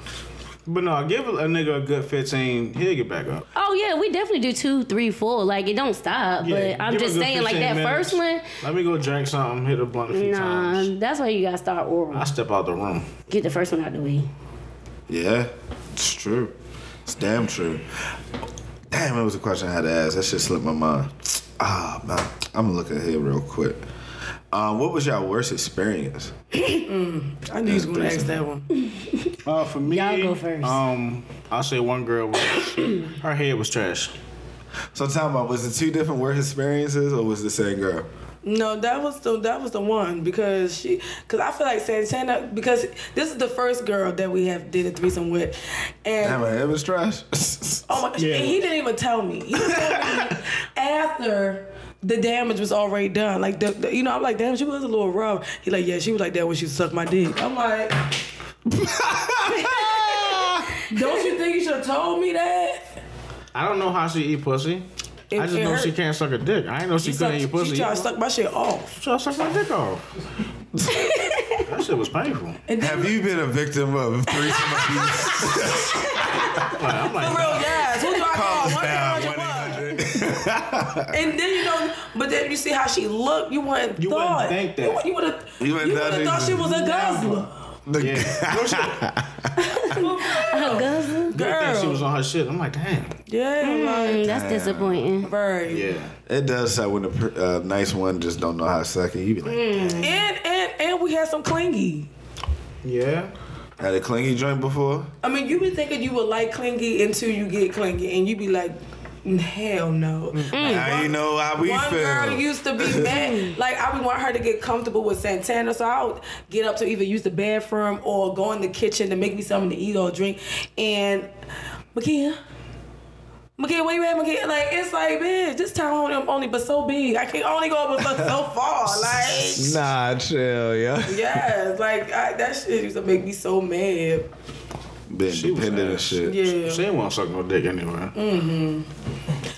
But no, give a nigga a good 15, he'll get back up. Oh yeah, we definitely do two, three, four. Like it don't stop. Yeah, but I'm give a just good saying, like 15 that minutes. first one. Let me go drink something, hit a blunt a few Nah, times. that's why you gotta start I oral. step out the room. Get the first one out the way. Yeah, it's true. It's damn true. Damn, it was a question I had to ask. That shit slipped my mind. Ah, man. I'm gonna look at here real quick. Um, what was y'all worst experience? I knew you was gonna ask that one. Uh, for me, Y'all go first. Um, I'll say one girl was *clears throat* her head was trash. So tell me, was it two different worst experiences or was it the same girl? No, that was the that was the one because she because I feel like Santana because this is the first girl that we have did a threesome with, and Damn, it was trash. *laughs* oh my gosh, Yeah. and he didn't even tell me. He just *laughs* told me after the damage was already done. Like the, the- you know I'm like damn she was a little rough. He like yeah she was like that when she sucked my dick. *laughs* I'm like. *laughs* Don't you think you should have told me that? I don't know how she eat pussy. It- I just it know hurt. she can't suck a dick. I ain't know she, She, couldn't sucked- eat pussy. she tried to suck my shit off. She tried to suck my dick *laughs* off. that shit was painful. And then, Have you been a victim of threesome abuse? Like, I'm like, *laughs* real guys, who do I call? Calm One down, thousand one. 1-800. And then you know, but then you see how she looked. You wouldn't You wouldn't thought. think that. You, would have. You You wouldn't would thought have she thought was- she was a guzzler. The- yeah. No, she, A guzzle? I think she Girl. was on her shit. I'm like, damn. Yeah. Mm, Like, that's disappointing. right. Yeah. It does suck when a pr- uh, nice one just don't know how to suck it. You be like, Mm. And and and we had some clingy. Yeah. had a clingy joint before? I mean, you be thinking you would like clingy until you get clingy, and you be like, "Mm, hell no. Mm. Now you know how we One feel. girl used to *laughs* be mad. Like I would want her to get comfortable with Santana, so I would get up to either use the bathroom or go in the kitchen to make me something to eat or drink. And Makia, Makia, where you at, Makia? Like it's like, bitch, this time only, I'm only but so big. I can only go *laughs* but so far. Like Nah, chill, yeah. yes, like I, that shit used to make me so mad. Being She was dependent and ass. shit. Yeah. She ain't want to suck no dick anywhere.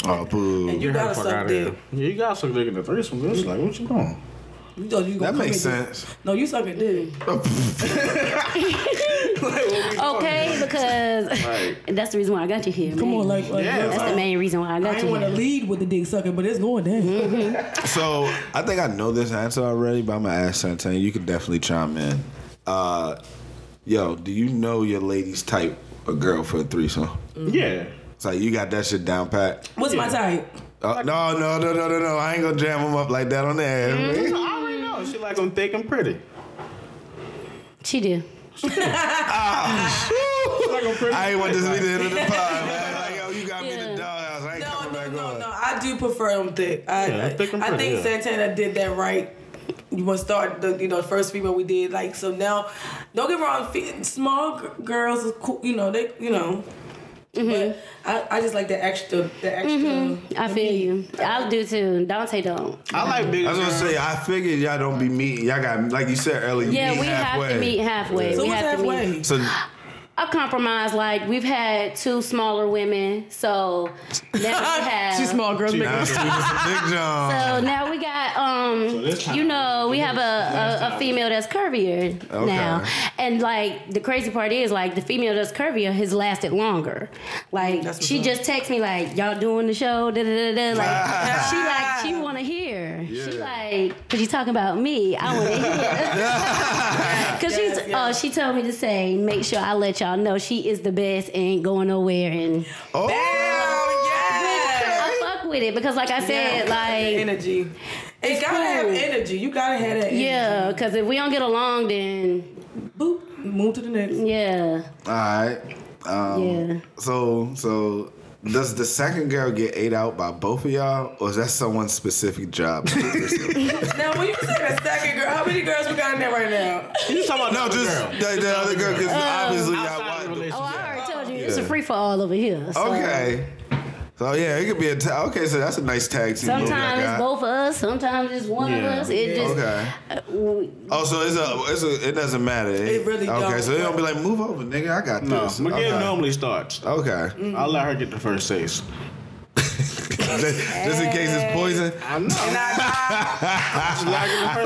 Oh, boo. You Get her gotta the fuck suck outta here. dick. Yeah, you gotta suck dick in the threesome. Bitch. Like, what you doing? You thought you gonna That come makes in here- sense. No, you sucking dick. Okay, because Like, *laughs* that's the reason why I got you here. Come man. on, like, like Yeah, that's the main reason why I I got didn't you want to here. lead with the dick sucking, but it's going down. Mm-hmm. So I think I know this answer already, but I'm gonna ask something. You can definitely chime in. Uh, yo, do you know your lady's type a girl for a threesome? Mm. yeah. It's like you got that shit down pat. What's my Yeah. type? Uh, no, no, no, no, no, no. I ain't gonna jam them up like that on the air. man. I already know. She like them thick and pretty. She do. She like them pretty. I ain't want this to be the end of *laughs* the pod, man. Like, yo, you got me Yeah. the doghouse. I ain't No, coming no, back no, on. no. I do prefer them thick. I, Yeah, I, thick and I pretty, think yeah. Santana did that right. You want to start the you know first female we did like so now. Don't get me wrong, fe- small g- girls is cool. You know they you know. But I, I just like the extra the extra. Mm-hmm. I feel you. I do too. Dante don't. I like big I was gonna girls. say, I figured y'all don't be meeting. Y'all got, like you said earlier, you Yeah, meet we halfway. have to meet halfway. So we what's have to meet. *laughs* halfway? So, I compromise. Like we've had two smaller women, *laughs* so now we have. Two small girls make nah, see, this is Big John. So now we got, um, this time- you know, we have a, a, a female that's curvier now, Okay. and like the crazy part is like the female that's curvier has lasted longer. Like That's what's she up. just texts me like, "Y'all doing the show?" Da, da, da, da. *laughs* Like she like she want to hear. She like, "Cause you talking about me? I want to *laughs* hear." *laughs* Cause she's oh she told me to say make sure I let y'all know she is the best and ain't going nowhere and oh, Oh! I fuck with it because like I said like energy. It gotta have cool. energy. You gotta have that. Energy. Yeah, because if we don't get along, then Boop. Move to the next. yeah, All right. Um, Yeah. So, so does the second girl get ate out by both of y'all, or is that someone's specific *laughs* job? now when you say the second girl, how many girls we got in there right now? You talking no, about the just girl. the, the other girl, Um, because obviously Outside y'all the want. relationship. Oh, I already told you it's a free for all over here. so Okay. So yeah, it could be a ta- okay. So that's a nice tag team. move y'all Sometimes it's got. both of us. Sometimes it's one of Yeah. us. It just Okay. Uh, w- Oh, so it's a, it's a, it doesn't matter. It really okay. don't. So they don't be like, move over, nigga. I got No, this. McGill okay. Mm. normally starts. Okay. I'll let her get the first taste. just, *laughs* just in case it's poison. I know. *laughs*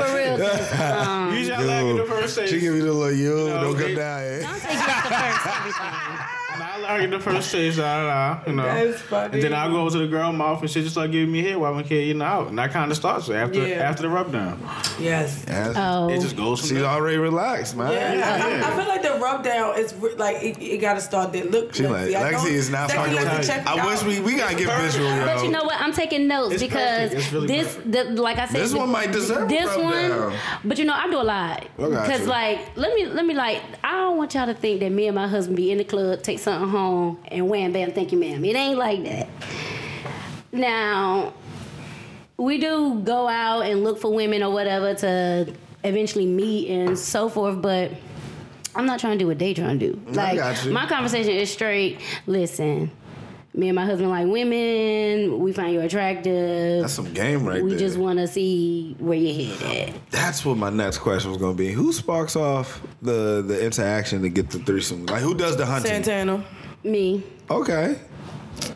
For real. 'cause, um, You just lagging the first she stage. give me the little you No, don't come they- down here. I'll take you off the first everything. I lagging the first stage, da da da. You know. That's funny. And then I go over to the girl mouth and she just start giving me head while I'm kid, you know, out. And that kind of starts after Yeah. after the rub down. Yes. That's- Oh. It just goes from She's there. already relaxed, man. Yeah, yeah. I, I feel like the rub down is re- like it, it got to start there. Look, She like, I Lexi know- is not Lexi, fucking Lexi, with check you. I it wish out. we we gotta get perfect. visual, yo. But you know what? I'm taking notes It's because perfect. It's really this, the, like I said, This one might deserve this rub one. down. But you know, I do a lot I got because, you. like, let me let me like, I don't want y'all to think that me and my husband be in the club, take something home, and wham bam, thank you, ma'am. It ain't like that. Now, we do go out and look for women or whatever to eventually meet and so forth, but. I'm not trying to do what they trying to do. Like got you. my conversation is straight. Listen, me and my husband like women. We find you attractive. That's some game right we there. just want to see where your head at. That's what my next question was gonna be. Who sparks off the the interaction to get the threesome? Like who does the hunting? Santana. Me, Okay,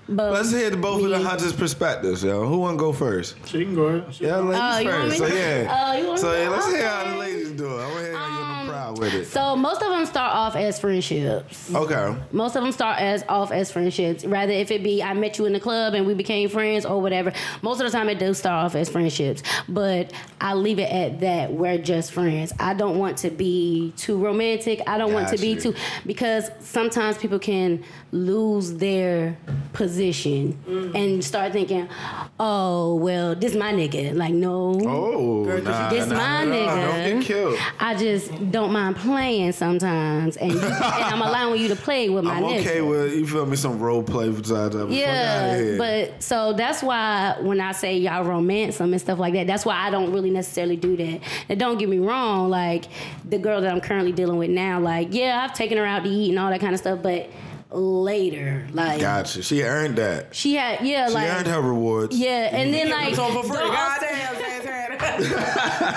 but let's hear the both of the Me. hunters' perspectives, yo. Who wanna go first? She can go ahead. She- Yeah, ladies Oh, you want first. me so to- yeah. Oh, you want so me to- yeah, let's hear how the okay. ladies do it. I wanna hear how you're Um, proud with it. so most of them start off as friendships. Okay. Most of them start as off as friendships. Rather, if it be I met you in the club and we became friends or whatever. Most of the time, it does start off as friendships. But I leave it at that. We're just friends. I don't want to be too romantic. I don't want to be Gotcha. too because sometimes people can lose their position Mm. and start thinking, oh well, this my nigga. Like no. Oh, Girl, 'cause you nah, this nah, my nah, nigga. Don't get killed. I just don't mind playing sometimes, and, you, and I'm allowing you to play with my I'm nigga. okay with you feel me some role play besides that. Yeah, but so that's why when I say y'all romance them and stuff like that, that's why I don't really necessarily do that. And don't get me wrong, like the girl that I'm currently dealing with now, like yeah, I've taken her out to eat and all that kind of stuff, but later, like gotcha. She earned that. she had, yeah, She like earned her Mm-hmm. rewards. yeah, and then like, It's on for free. the- Goddamn, *laughs* Santana.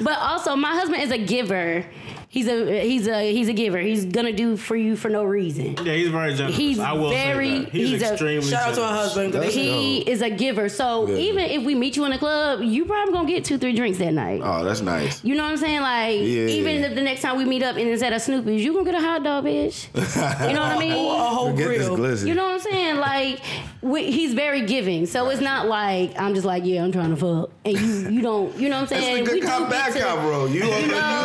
but also my husband is a giver. He's a he's a he's a giver. He's gonna do for you for no reason. Yeah, he's very generous. He's I will very- say that. He's, he's a- extremely Shout out to her generous. husband. 'cause That's he- He dope. is a giver. So Yeah. even if we meet you in the club, you probably gonna get two three drinks that night. Oh, that's nice. You know what I'm saying? Like, Yeah. even if the next time we meet up and it's at a Snoopy's, you gonna get a hot dog, bitch. You know what *laughs* I a mean? whole Get this grill. glizzy. You know what I'm saying? Like, we, he's very giving, so it's not like I'm just like, yeah, I'm trying to fuck, and you, you don't, you know what I'm It's saying? a good do cop get back to- out, bro. You, you, know?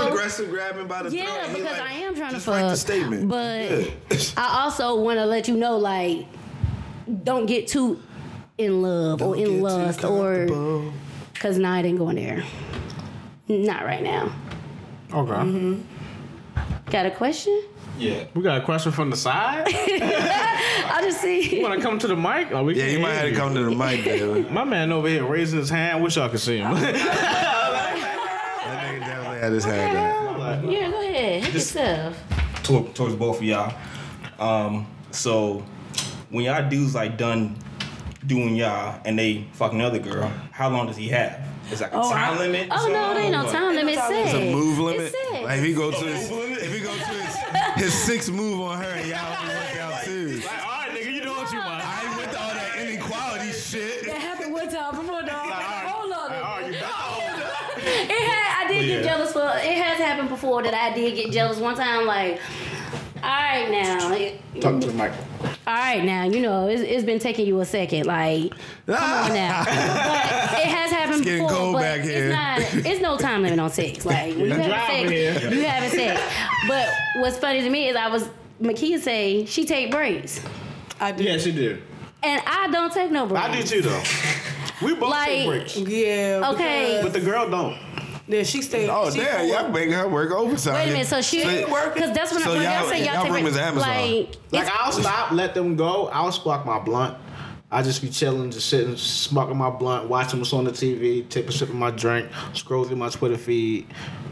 you aggressive grabbing by the throat. Yeah, and he because like, I am trying to just fuck. Like the statement. But Yeah. *laughs* I also want to let you know, like, don't get too in love or Get in too lust or comfortable. because nah, it ain't going there. Not right now. Okay. Mm-hmm. Got a question? Yeah. We got a question from the side. I just see. you want to come to the mic? Oh, we Yeah, can't you might hear have to come to the mic, baby. My man over here raising his hand. Wish y'all could see him. That nigga definitely had his hand out. Yeah, go ahead. Hit yourself. toward, towards both of y'all. Um, so when y'all dudes like done doing y'all and they fucking another girl, how long does he have? Is like a Oh, time I- limit? or Oh no, something, there ain't or no what? time limit. It's a It's a Move limit. Like if he go to his, move limit? if he go to his, his sixth move on her, and y'all don't work out too. All right, nigga, you know what you want. I ain't with all that inequality shit. That happened one time before, dog. Hold on. Argue It had. I did Oh, get jealous for. It has happened before that I did get jealous one time. Like, all right now, Talk to the mic. all right now. You know, it's, it's been taking you a second. Like, come *laughs* on now. But it has happened getting before. cold but back it's here. not. It's no time limit on sex. Like, when you driving having here. sex, you having sex. But what's funny to me is I was. Makia say she take breaks, I do. Yeah, she did. and I don't take no breaks. I do too, though. We both Like- take breaks, Yeah. Okay. because- but the girl don't. Yeah, she stayed. Oh she damn, full- y'all making her work overtime. Uh, Wait a minute. So she, So- because that's when so I, when y'all- y'all, say y'all, y'all take room break- is Amazon. Like, Like it's- I'll stop, let them go. I'll spark my blunt. I just be chilling, just sitting, smoking my blunt, watching what's on the TV, take a sip of my drink, scroll through my Twitter feed.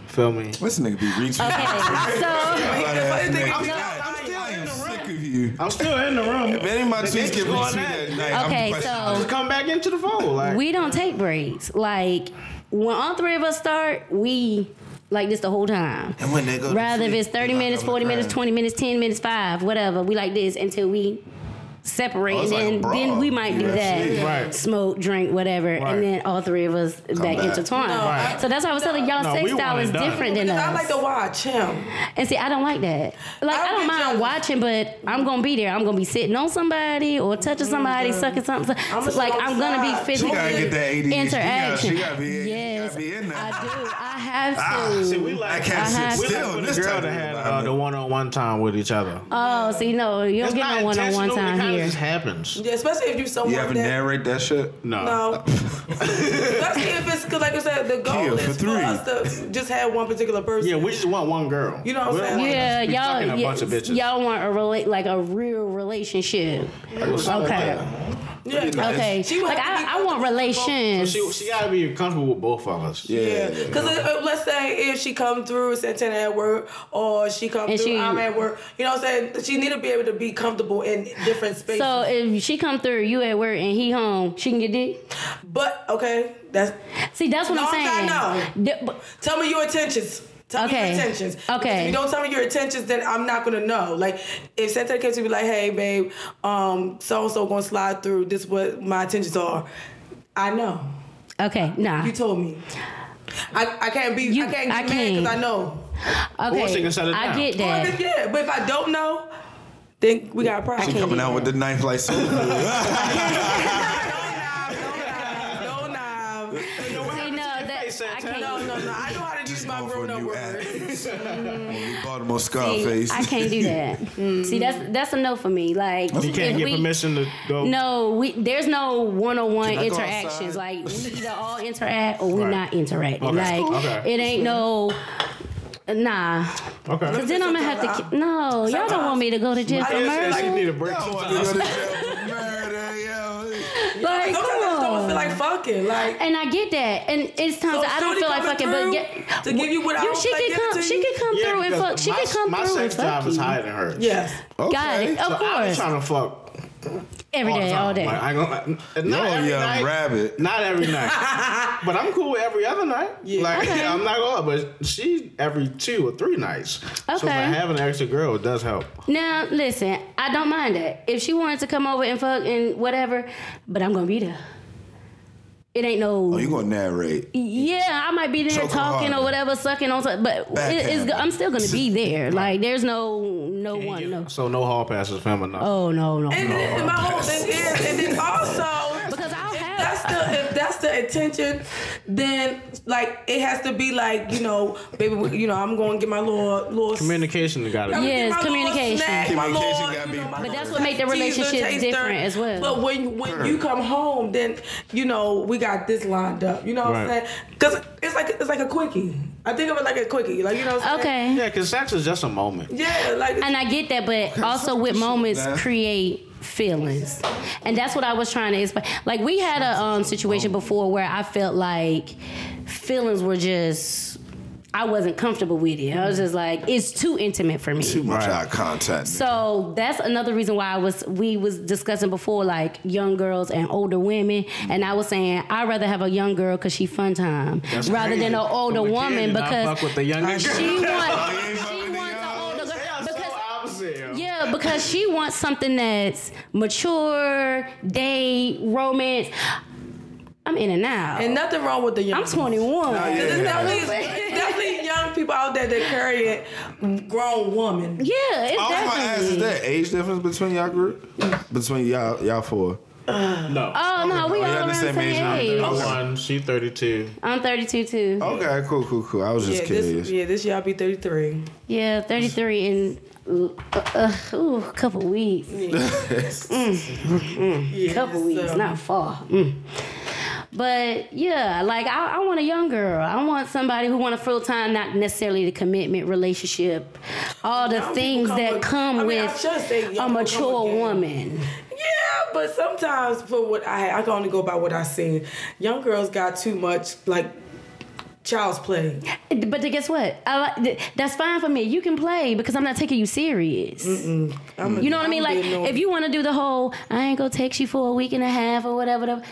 Feel me? This nigga be *laughs* reaching. okay, so Fat ass Funny thing nigga. is, I'm still I in am the room. sick of you. I'm still in the room. If any of my tweets get nigga's going retweeted at that it. night, I'm Okay, questioning so- it. Just come back into the fold. Like we don't take breaks. Like when all three of us start, we like this the whole time. And when they go to Rather if sleep, it's thirty they minutes, knock on forty the minutes, ground. twenty minutes, ten minutes, five, whatever, we like this until we separate, Oh, and it's like a then, bra. then we might do UFC. that. Right. Smoke, drink, whatever, Right. and then all three of us back, back. intertwined. Right. So that's why I was telling y'all No, sex we style want it is done. different than Because us. I like to watch him. And see, I don't like that. Like, I I don't get mind jealous. watching, but I'm gonna be there. I'm gonna be sitting on somebody or touching somebody, sucking something. Mm-hmm. I'ma So, like, sit on I'm the gonna side. She be physically gotta get that ADHD. interaction. She gotta be, yes, gotta be in there. I do. *laughs* I have to. Ah, See, we like I can't I have- sit we still like in when this the girl type that of had uh, environment. the one-on-one time with each other. oh, so you know you don't It's get not no one-on-one intentional, time it kinda here. just happens. Yeah, especially if you someone You ever that narrate that shit? No. *laughs* No. Especially if it's because, like I said, the goal Kill is Um, for for, three. us to just have one particular person. Yeah, we just want one girl. You know what I'm We don't saying? want us Yeah, to be fucking y'all, a bunch of yeah, bitches. y'all want a relate like a real relationship. Okay, Yeah, okay. She would like have to be I, I want comfortable. relations. She, she gotta be comfortable with both of us. Yeah. Yeah, yeah. because let's say if she come through Santana at work, or she come And through she- I'm at work. You know what I'm saying? She need to be able to be comfortable in different spaces. So if she come through, you at work and he home, she can get dick. but okay, that's See, that's what I'm No, I'm saying. saying The- but- tell me your intentions. Tell Okay. me your intentions. Okay. Because If you don't tell me your intentions, then I'm not gonna know. Like if Santana came to me like, hey babe, um, so and so gonna slide through. This what my intentions are. I know. Okay, nah. You told me. I, I can't be You- I can't get I mad can't. because I know. Or she Okay, can shut it I down. get Well, then, that. yeah, but if I don't know, then we got a problem. I She can't coming do out that. with the knife like so. No, no, *laughs* See, no, that, I no, can't. no, no. I know how to use my for room a no new word. *laughs* ad. Baltimore See, Scarface. *laughs* I can't do that. See, that's that's a no for me. Like You can't if get we- permission to go. No, we there's no one on one Can I go interactions. outside? Like we either all interact or we Right. not interacting. Okay. Like Okay. it ain't no. Nah, Okay. cause then I'm gonna have to. ki- No, y'all don't want me to go to jail for I just said she murder. need a break. I don't want to go to jail for murder, yo. Like, Sometimes I just come don't on. feel like fucking. Like And I get that, and it's times So that I don't Shorty feel like coming fucking, but through get, to give you what I don't she feel like can giving come, to she you? can come through and because fuck. She my, can come my through and sex job fuck you. is higher than hers. yes, Got it. Of So I be course, trying to fuck every all the day, time. all day. Like, I go, You're like, not a every young night, rabbit. Not every *laughs* night. but I'm cool with every other night. Yeah. Like Okay. I'm not gonna. But she every two or three nights. So Okay. like having an extra girl does help. Now, listen, I don't mind that. If she wanted to come over and fuck and whatever, but I'm gonna be there. It ain't no. Oh, you gonna narrate? yeah, I might be there Choke her talking or harder. whatever, sucking on something, but it, it's, Backhand. I'm still gonna be there. Like, there's no no one. No. So no hall passes, fam. Enough. Oh no no. and no. then and my whole thing is, and then also Because I'll if have- that's the if that's the intention, then like it has to be like you know, baby, we- you know, I'm going to get my little little. Communication got to I'm be. gonna get Yes, my little communication. snack, my Communication little, gotta you be- know, my But little that's what make the teaser, relationships taster. different as well. But when when you come home, then you know we got this lined up. You know what I'm Right. saying? Because it's like it's like a quickie. I think of it like a quickie. Like you know. What I'm saying? Okay. Yeah, because sex is just a moment. Yeah, like And I get that, but also with moments man. create feelings, and that's what I was trying to explain. Like we had a um, situation before where I felt like feelings were just. I wasn't comfortable with it. I was just like, it's too intimate for me. Too much Right. eye contact. So that's another reason why I was we was discussing before like young girls and older women, and I was saying I'd rather have a young girl because she fun time That's rather crazy. than an older From a kid woman and I because fuck with the younger girl. she wants ain't fucking she the wants an young. older They girl are so because opposite, yo. yeah, because she wants something that's mature, date, romance. I'm in and out. and nothing wrong with the young. I'm 21. Because yeah. There's definitely, there's definitely young people out there that carry it, grown woman. it's I was gonna ask definitely. is that age difference between y'all group, between y'all y'all four. No. Oh no, we Oh, all y'all around the the same same age, Oh. huh? Okay. age. 31, she 32. I'm 32 too. Okay, cool, cool, cool. I was just Yeah, curious. this, yeah, this year I'll *laughs* be 33. Yeah, 33 in uh, uh, ooh, a couple weeks. Mm. Yeah, Mm, couple weeks, so- not far. Mm. But yeah, like I, I want a young girl. I want somebody who want a full time, not necessarily the commitment relationship, all the Young people things come that with- come I mean, I with should say young people a come mature with game. woman. Yeah, but sometimes for what I I can only go by what I seen. Young girls got too much like child's play. But guess what? I like th- that's fine for me. You can play because I'm not taking you serious. you know what I mean? I'm Like being annoying. if you *laughs* want to do the whole, I ain't gonna text you for a week and a half or whatever. whatever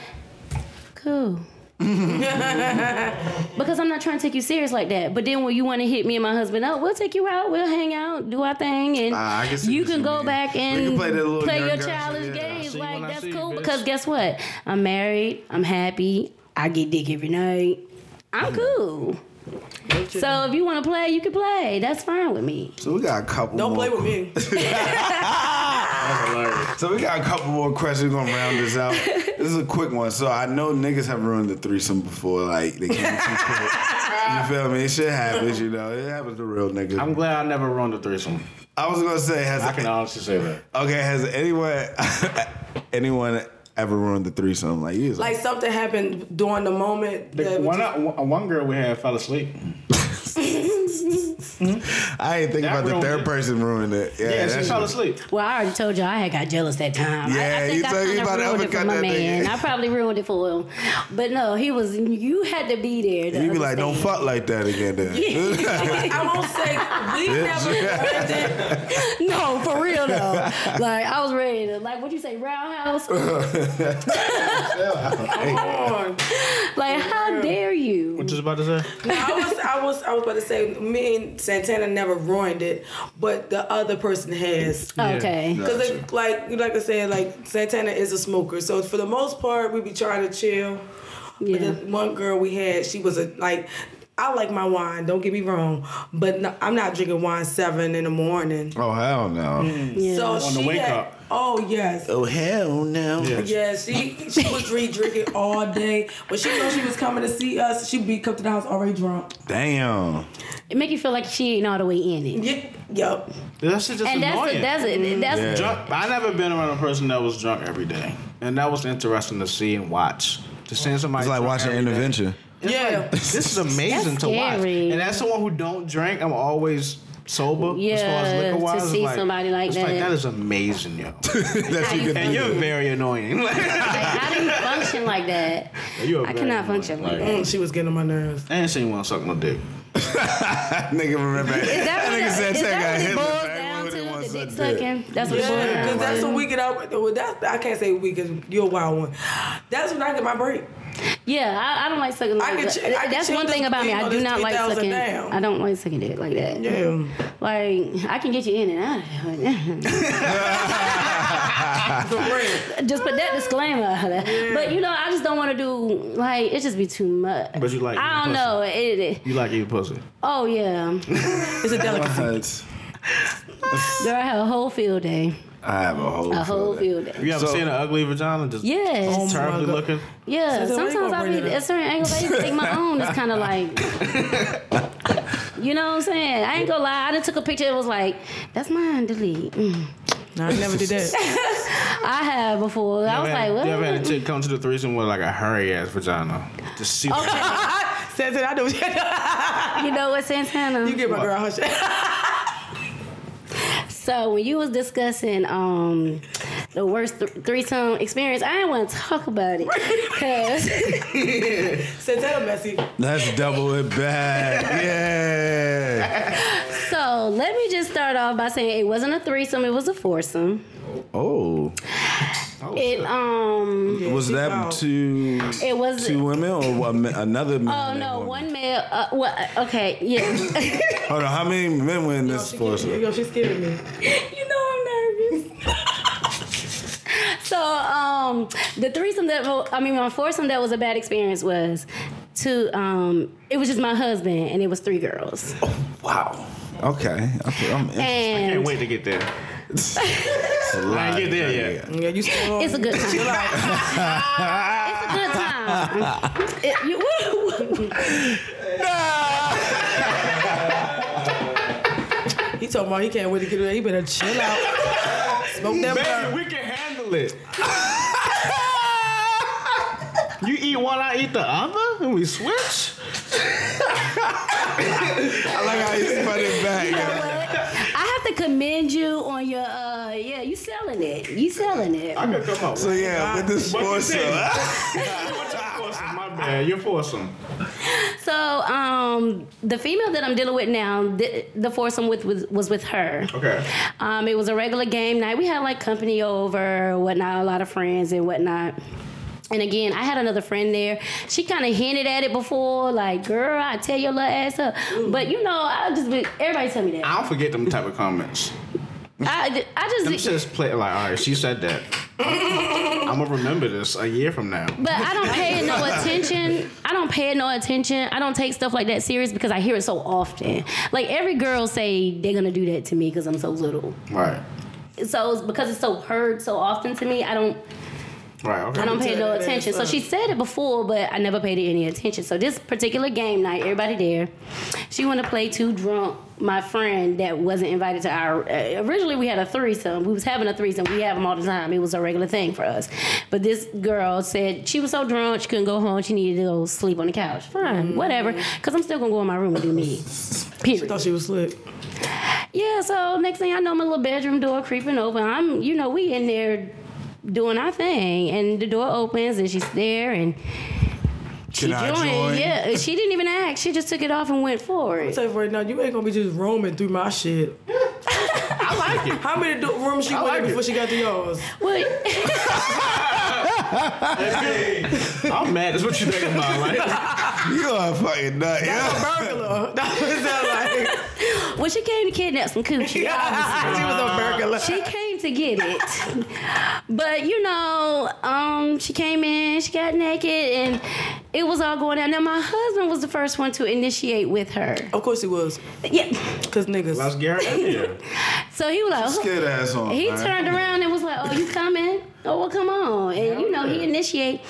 cool. because I'm not trying to take you serious like that. But then when you want to hit me and my husband up, we'll take you out, we'll hang out, do our thing, and Ah, I can see you what can you go mean. back We and can play that little young your girl shit, childish yeah. games. see you Like when I that's see you, cool. bitch. Because guess what? I'm married. I'm happy. I get dick every night. Mm. I'm cool. So if you want to play, you can play. That's fine with me. So we got a couple. Don't more play with me. So we got a couple more questions. We're gonna round this out. this is a quick one. So I know niggas have ruined the threesome before. Like they came too quick. You feel me? Shit happens. You know, it happens to real niggas. I'm glad I never run the threesome. I was gonna say, has I can honestly say that. okay, has anyone *laughs* anyone ever ruined the threesome? Like you, was Like like, something happened during the moment. The- that- one, uh, one girl we had fell asleep. I ain't think that about the ruined third it. person ruined it. Yeah, Yeah, she that's- fell asleep. Well, I already told y'all I had got jealous that time. I, Yeah, I you think I told me kind about of the ruined it uppercut for my that nigga. man. I probably ruined it for him. But no, he was. You had to be there. to You be like, don't understand. fuck like that again. Then. *laughs* I won't say we never ruined it. *laughs* No, for real though. *laughs* like I was ready to like what you say, roundhouse. Come on. Like how dare you? Just about to say. I was, I was, I was about to say, me and Santana never ruined it, but the other person has. Okay. Because like, like I said, like Santana is a smoker, so for the most part, we be trying to chill. But Yeah. the one girl we had, she was a like. I like my wine. Don't get me wrong, but no, I'm not drinking wine seven in the morning. *laughs* oh hell no. Yeah. So On the she wake had- up. Oh yes. Oh hell no. Yeah, she she was re drinking all day. When she knew she was coming to see us, she'd be come to the house already drunk. Damn. It make you feel like she ain't all the way in it. Yeah, yep. That's just And that's annoying. that's it. That's Mm, Yeah. Drunk. I never been around a person that was drunk every day, and that was interesting to see and watch. To see somebody It's like drunk watching every day. intervention. *laughs* It's Yeah. like, this is amazing That's to watch. scary. And as someone who don't drink, I'm always sober as far Yeah, as liquor to wise. it's see somebody like it's that. like that is amazing, yo. that you and can you're very annoying. *laughs* like, how do you function like *laughs* that? You a I very cannot annoying, function like like- that. Mm, She was getting on my nerves. and she want to suck my dick. nigga remember. Is that what, nigga it- said is Tech that got what it Hitler boils back down when he to? wants The dick that dick. sucking? That's what it boils Yeah, down because to. that's when we get out. Well, that's I can't say we because you're a wild one. That's when I get my break. Yeah, I, I don't like sucking. I Like could that. ch- I could That's chill one this thing about me. I thing on do this not like 3,000 sucking. down. I don't like sucking dick like that. Yeah. Like I can get you in and out. The *laughs* break. just put that disclaimer. out there. But you know, I just don't want to do like it. Just be too much. But you like I eating don't know. It, it- You like eating pussy. Oh yeah, *laughs* girl, It's a delicate. What? I had a whole field day. I have a whole A whole feeling. field day. You ever So- seen an ugly vagina? Just Yes. just *laughs* terribly God. looking. Yeah. So then we Sometimes gonna I bring it be up. at certain angles. I used to take my own. It's kind of like. *laughs* You know what I'm saying? I ain't gonna lie. I done took a picture. It was like, that's mine. Delete. Mm. No, I never did *laughs* that. I have before. You I was ever had- like, what? You ever had a chick come to the threesome with like a hairy ass vagina? Just see. *laughs* Says it. I do. You know what, Santana? you get my girl *laughs* her shit. So when you was discussing um the worst th- threesome experience, I didn't want to talk about it *laughs* because Says that messy. Let's double it back. Yeah. so let me just start off by saying it wasn't a threesome, it was a foursome. Oh. Oh, It um Was she that found- two it was two women or one, ma- another man? oh and no woman? one male uh, what okay *laughs* yeah Hold on, how many men were in this foursome? Yo, she's scaring Oh, me. you know I'm nervous. *laughs* so um, the threesome that well, I mean my foursome that was a bad experience was to um, it was just my husband and it was three girls Wow. Okay. okay I'm in. and Oh, Can't wait to get *laughs* there. I ain't get there yet. Yeah, you still. It's a good time. *laughs* Chill out. it's a good time. It- you- *laughs* woo. He told me he can't wait to get it. He better chill out. Smoke that Baby, burn. we can handle it. *laughs* you eat one, I eat the other, and we switch. I like how you spun it back. yo. I have to commend you on your uh yeah, you selling it. You selling it. I could come up. So yeah, with this But you foursome. said- What's your foursome? My bad. Your foursome. So um the female that I'm dealing with now, the, the foursome with was, was with her. Okay. Um, it was a regular game night. We had like company over, whatnot, a lot of friends and whatnot. And again, I had another friend there. She kind of hinted at it before, like, "Girl, I tear your little ass up." But you know, I just be, everybody tell me that. I don't forget them type of comments. I, I Them just just play like, all right, she said *laughs* that. I'm gonna remember this a year from now. But I don't pay it no attention. I don't pay it no attention. I don't take stuff like that serious because I hear it so often. Like every girl say they're gonna do that to me because I'm so little. Right. So it's because it's so heard so often to me, I don't Right. Okay. I don't pay it no attention. So she said it before, but I never paid it any attention. So this particular game night, everybody there, she wanted to play too drunk. My friend that wasn't invited to our uh, originally we had a threesome. We was having a threesome. We have them all the time. It was a regular thing for us. But this girl said she was so drunk she couldn't go home. She needed to go sleep on the couch. Fine, whatever. Cause I'm still gonna go in my room and do me. Period. Thought she was slick. Yeah, so next thing I know, my little bedroom door creeping open. I'm, you know, we in there doing our thing, and the door opens, and she's there, and she Can I joined. join? Yeah, she didn't even act. She just took it off and went for it. Tell you right now, you ain't gonna be just roaming through my shit. I like it. How many do- rooms she I went like in it. before she got *laughs* to yours? Well, *laughs* *laughs* I'm mad. That's what you think about. *laughs* Like, You are a fucking nut. Yeah. Burglar. *laughs* That was that like. well, she came to kidnap some *laughs* coochie. obviously. *laughs* she was a burglar. She came to get it, but you know, um, she came in, she got naked, and it was all going down. Now my husband was the first one to initiate with her. Of course he was, Yeah, cause niggas. that's Garrett. Yeah. so he was like, "Oh, Scared ass on. He man. turned around and was like, "Oh, you coming? Oh, well, come on!" And you know, he initiate,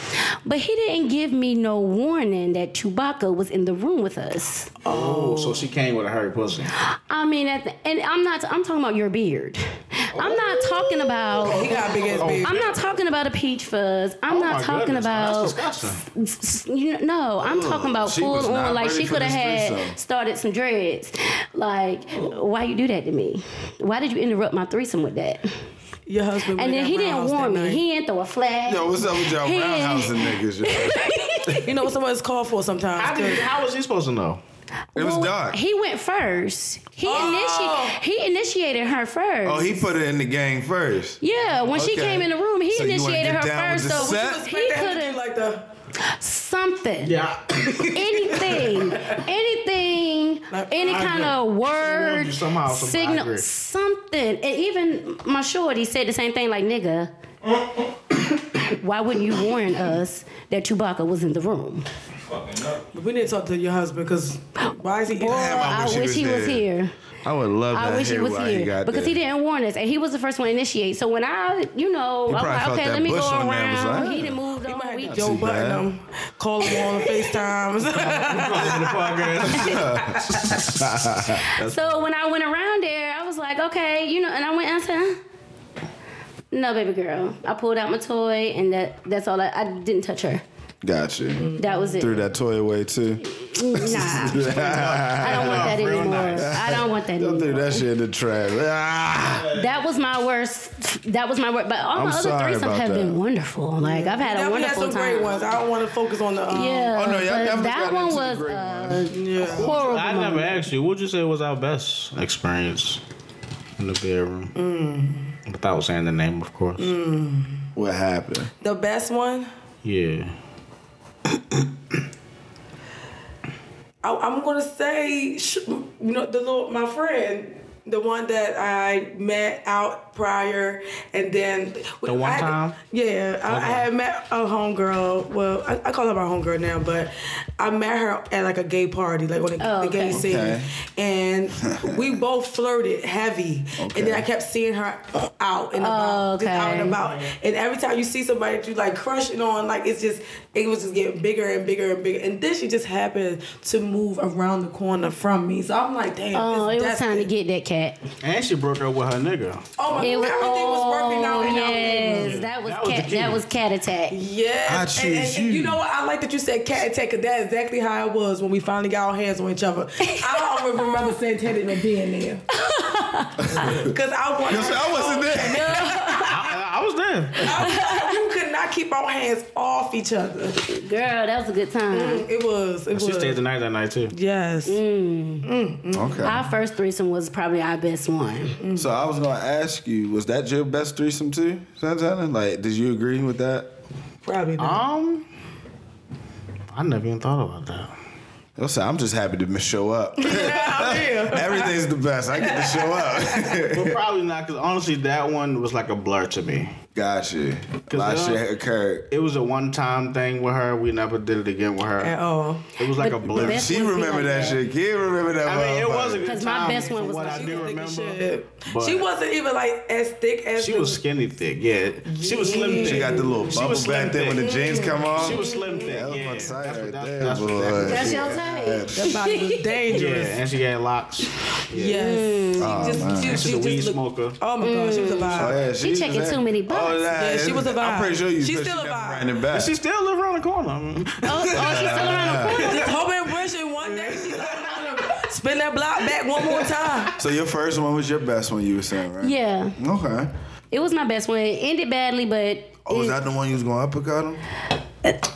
but he didn't give me no warning that Chewbacca was in the room with us. Oh, so she came with a hairy pussy. I mean, at the, and I'm not. I'm talking about your beard. I'm not talking about. He got a big ass beard. I'm not talking about a peach fuzz. I'm Oh not my talking goodness, about. That's disgusting. s- s- you know, no, I'm talking about she full was not on. Like ready she for could have this had threesome. started some dreads. Like, why you do that to me? Why did you interrupt my threesome with that? Your husband. And went then at he my didn't house warn that me. night. He didn't throw a flag. Yo, what's up with y'all Hey. roundhousing niggas? yo? *laughs* You know what someone's called for How, sometimes. did, 'cause- how was he supposed to know? It was dark. He went first. He Oh. initi- he initiated her first. Oh, he put it in the gang first. yeah, when she Okay. came in the room, he So you wanna initiated get her down with first. the So set? he could have like the. something, Yeah. *laughs* anything, anything, Like, any I kind agree. of warned word, you somehow, somehow, I signal, agree. something. And even my shorty said the same thing, like nigga. Why wouldn't you warn us that Chewbacca was in the room? We need to talk to your husband because why is he? Boy, I I wish wish, he was he was there. here. I would love I wish he was here because he didn't warn us, and he was the first one to initiate. So when I, you know, He I'm probably like, felt okay, that let me bush go on there, was around. like, He done moved on. We Joe Button bad. him, call *laughs* him on FaceTime. So when I went around there, I was like, okay, you know, and I went answer. No, baby girl. I pulled out my toy, and that, that's all. I, I didn't touch her. Got you. That was it. Mm, Threw that toy away too. Nah, *laughs* *laughs* I don't want that Real anymore. nice. I don't want that Don't throw anymore. that shit in the trash. Ah! That was my worst. That was my worst. But all I'm my other sorry threesomes about have that. been wonderful. Like I've *laughs* had a Now we had wonderful some time. great ones. I don't want to focus on the. Um, Yeah, Oh, no, y'all definitely but that got one into the was great uh, yeah. *laughs* horrible. I never asked you. What'd you say was our best experience in the bedroom? Without saying the name, of course. What happened? The best one. Yeah. I, I'm gonna say, sh- you know, the little my friend, the one that I met out prior, and then the one time? Yeah, I, I had met a homegirl. Well, I, I call her my homegirl now, but I met her at like a gay party, like on the, Oh, the gay okay. scene, Okay. *laughs* and we both flirted heavy, and Okay. then I kept seeing her out and about, just out okay. and about, Mm-hmm. and every time you see somebody that you like crushing on, like it's just it was just getting bigger and bigger and bigger, and then she just happened to move around the corner from me, so I'm like, damn, Oh, this it was time to destined. get that cat. And she broke up with her nigga. Oh my It god, was, everything was oh, working out. in our favor. yes, that was That was the cat. key. That was cat attack. Yeah, I and, and- choose and you. you know what? I like that you said cat and tech, 'cause that's exactly how it was when we finally got our hands on *laughs* each other. I don't even remember Santana even being there. Because I wanted. You said I wasn't there. I, I was there. You could not keep our hands off each other. Girl, that was a good time. It was. It She was. stayed the night that night too. Yes. Okay. Our first threesome was probably our best one. So I was gonna ask you, was that your best threesome too, Santana? Like, did you agree with that? Probably not. Um, I never even thought about that. Listen, I'm just happy to show up. *laughs* Oh, *laughs* yeah. Everything's the best. I get to show up. *laughs* But probably not, because honestly, that one was like a blur to me. gotcha. A lot of then- shit occurred. It was a one-time thing with her. We never did it again with her. At all. It was like But a blur. that's- She It would be remembered like that that. shit. Kid remember that. I mean, it was a motherfucker. good 'Cause my time. best one from was what like- I She do was thick as remember. shit. but- She wasn't even like as thick as She the- was skinny thick. Yeah, she was slim. She thick. got the little She bubble was back slim there when the thick. jeans come on. She was slim thick. That was yeah, my that's side what- right that's- there, that's what that boy. was. That's Yeah. your type. *laughs* That body was Yeah, dangerous. and she had locks. Mm. Yes. She just, she, Oh, She's she a weed just looked- smoker. Oh my god, she was a Oh, vibe. yeah, She was checking that- too many Oh, boxes. nah, Yeah, she was a vibe. I'm pretty sure you. She's but still she a never vibe. ran it back. She still live around the corner. Oh, oh, she's still around the corner. Just hope and wishing one day *laughs* she spin that block back one more time. So your first one was your best one, you were saying, right? Yeah, Okay. it was my best one. It ended badly, but Oh, is it- that the one you was going uppercut him?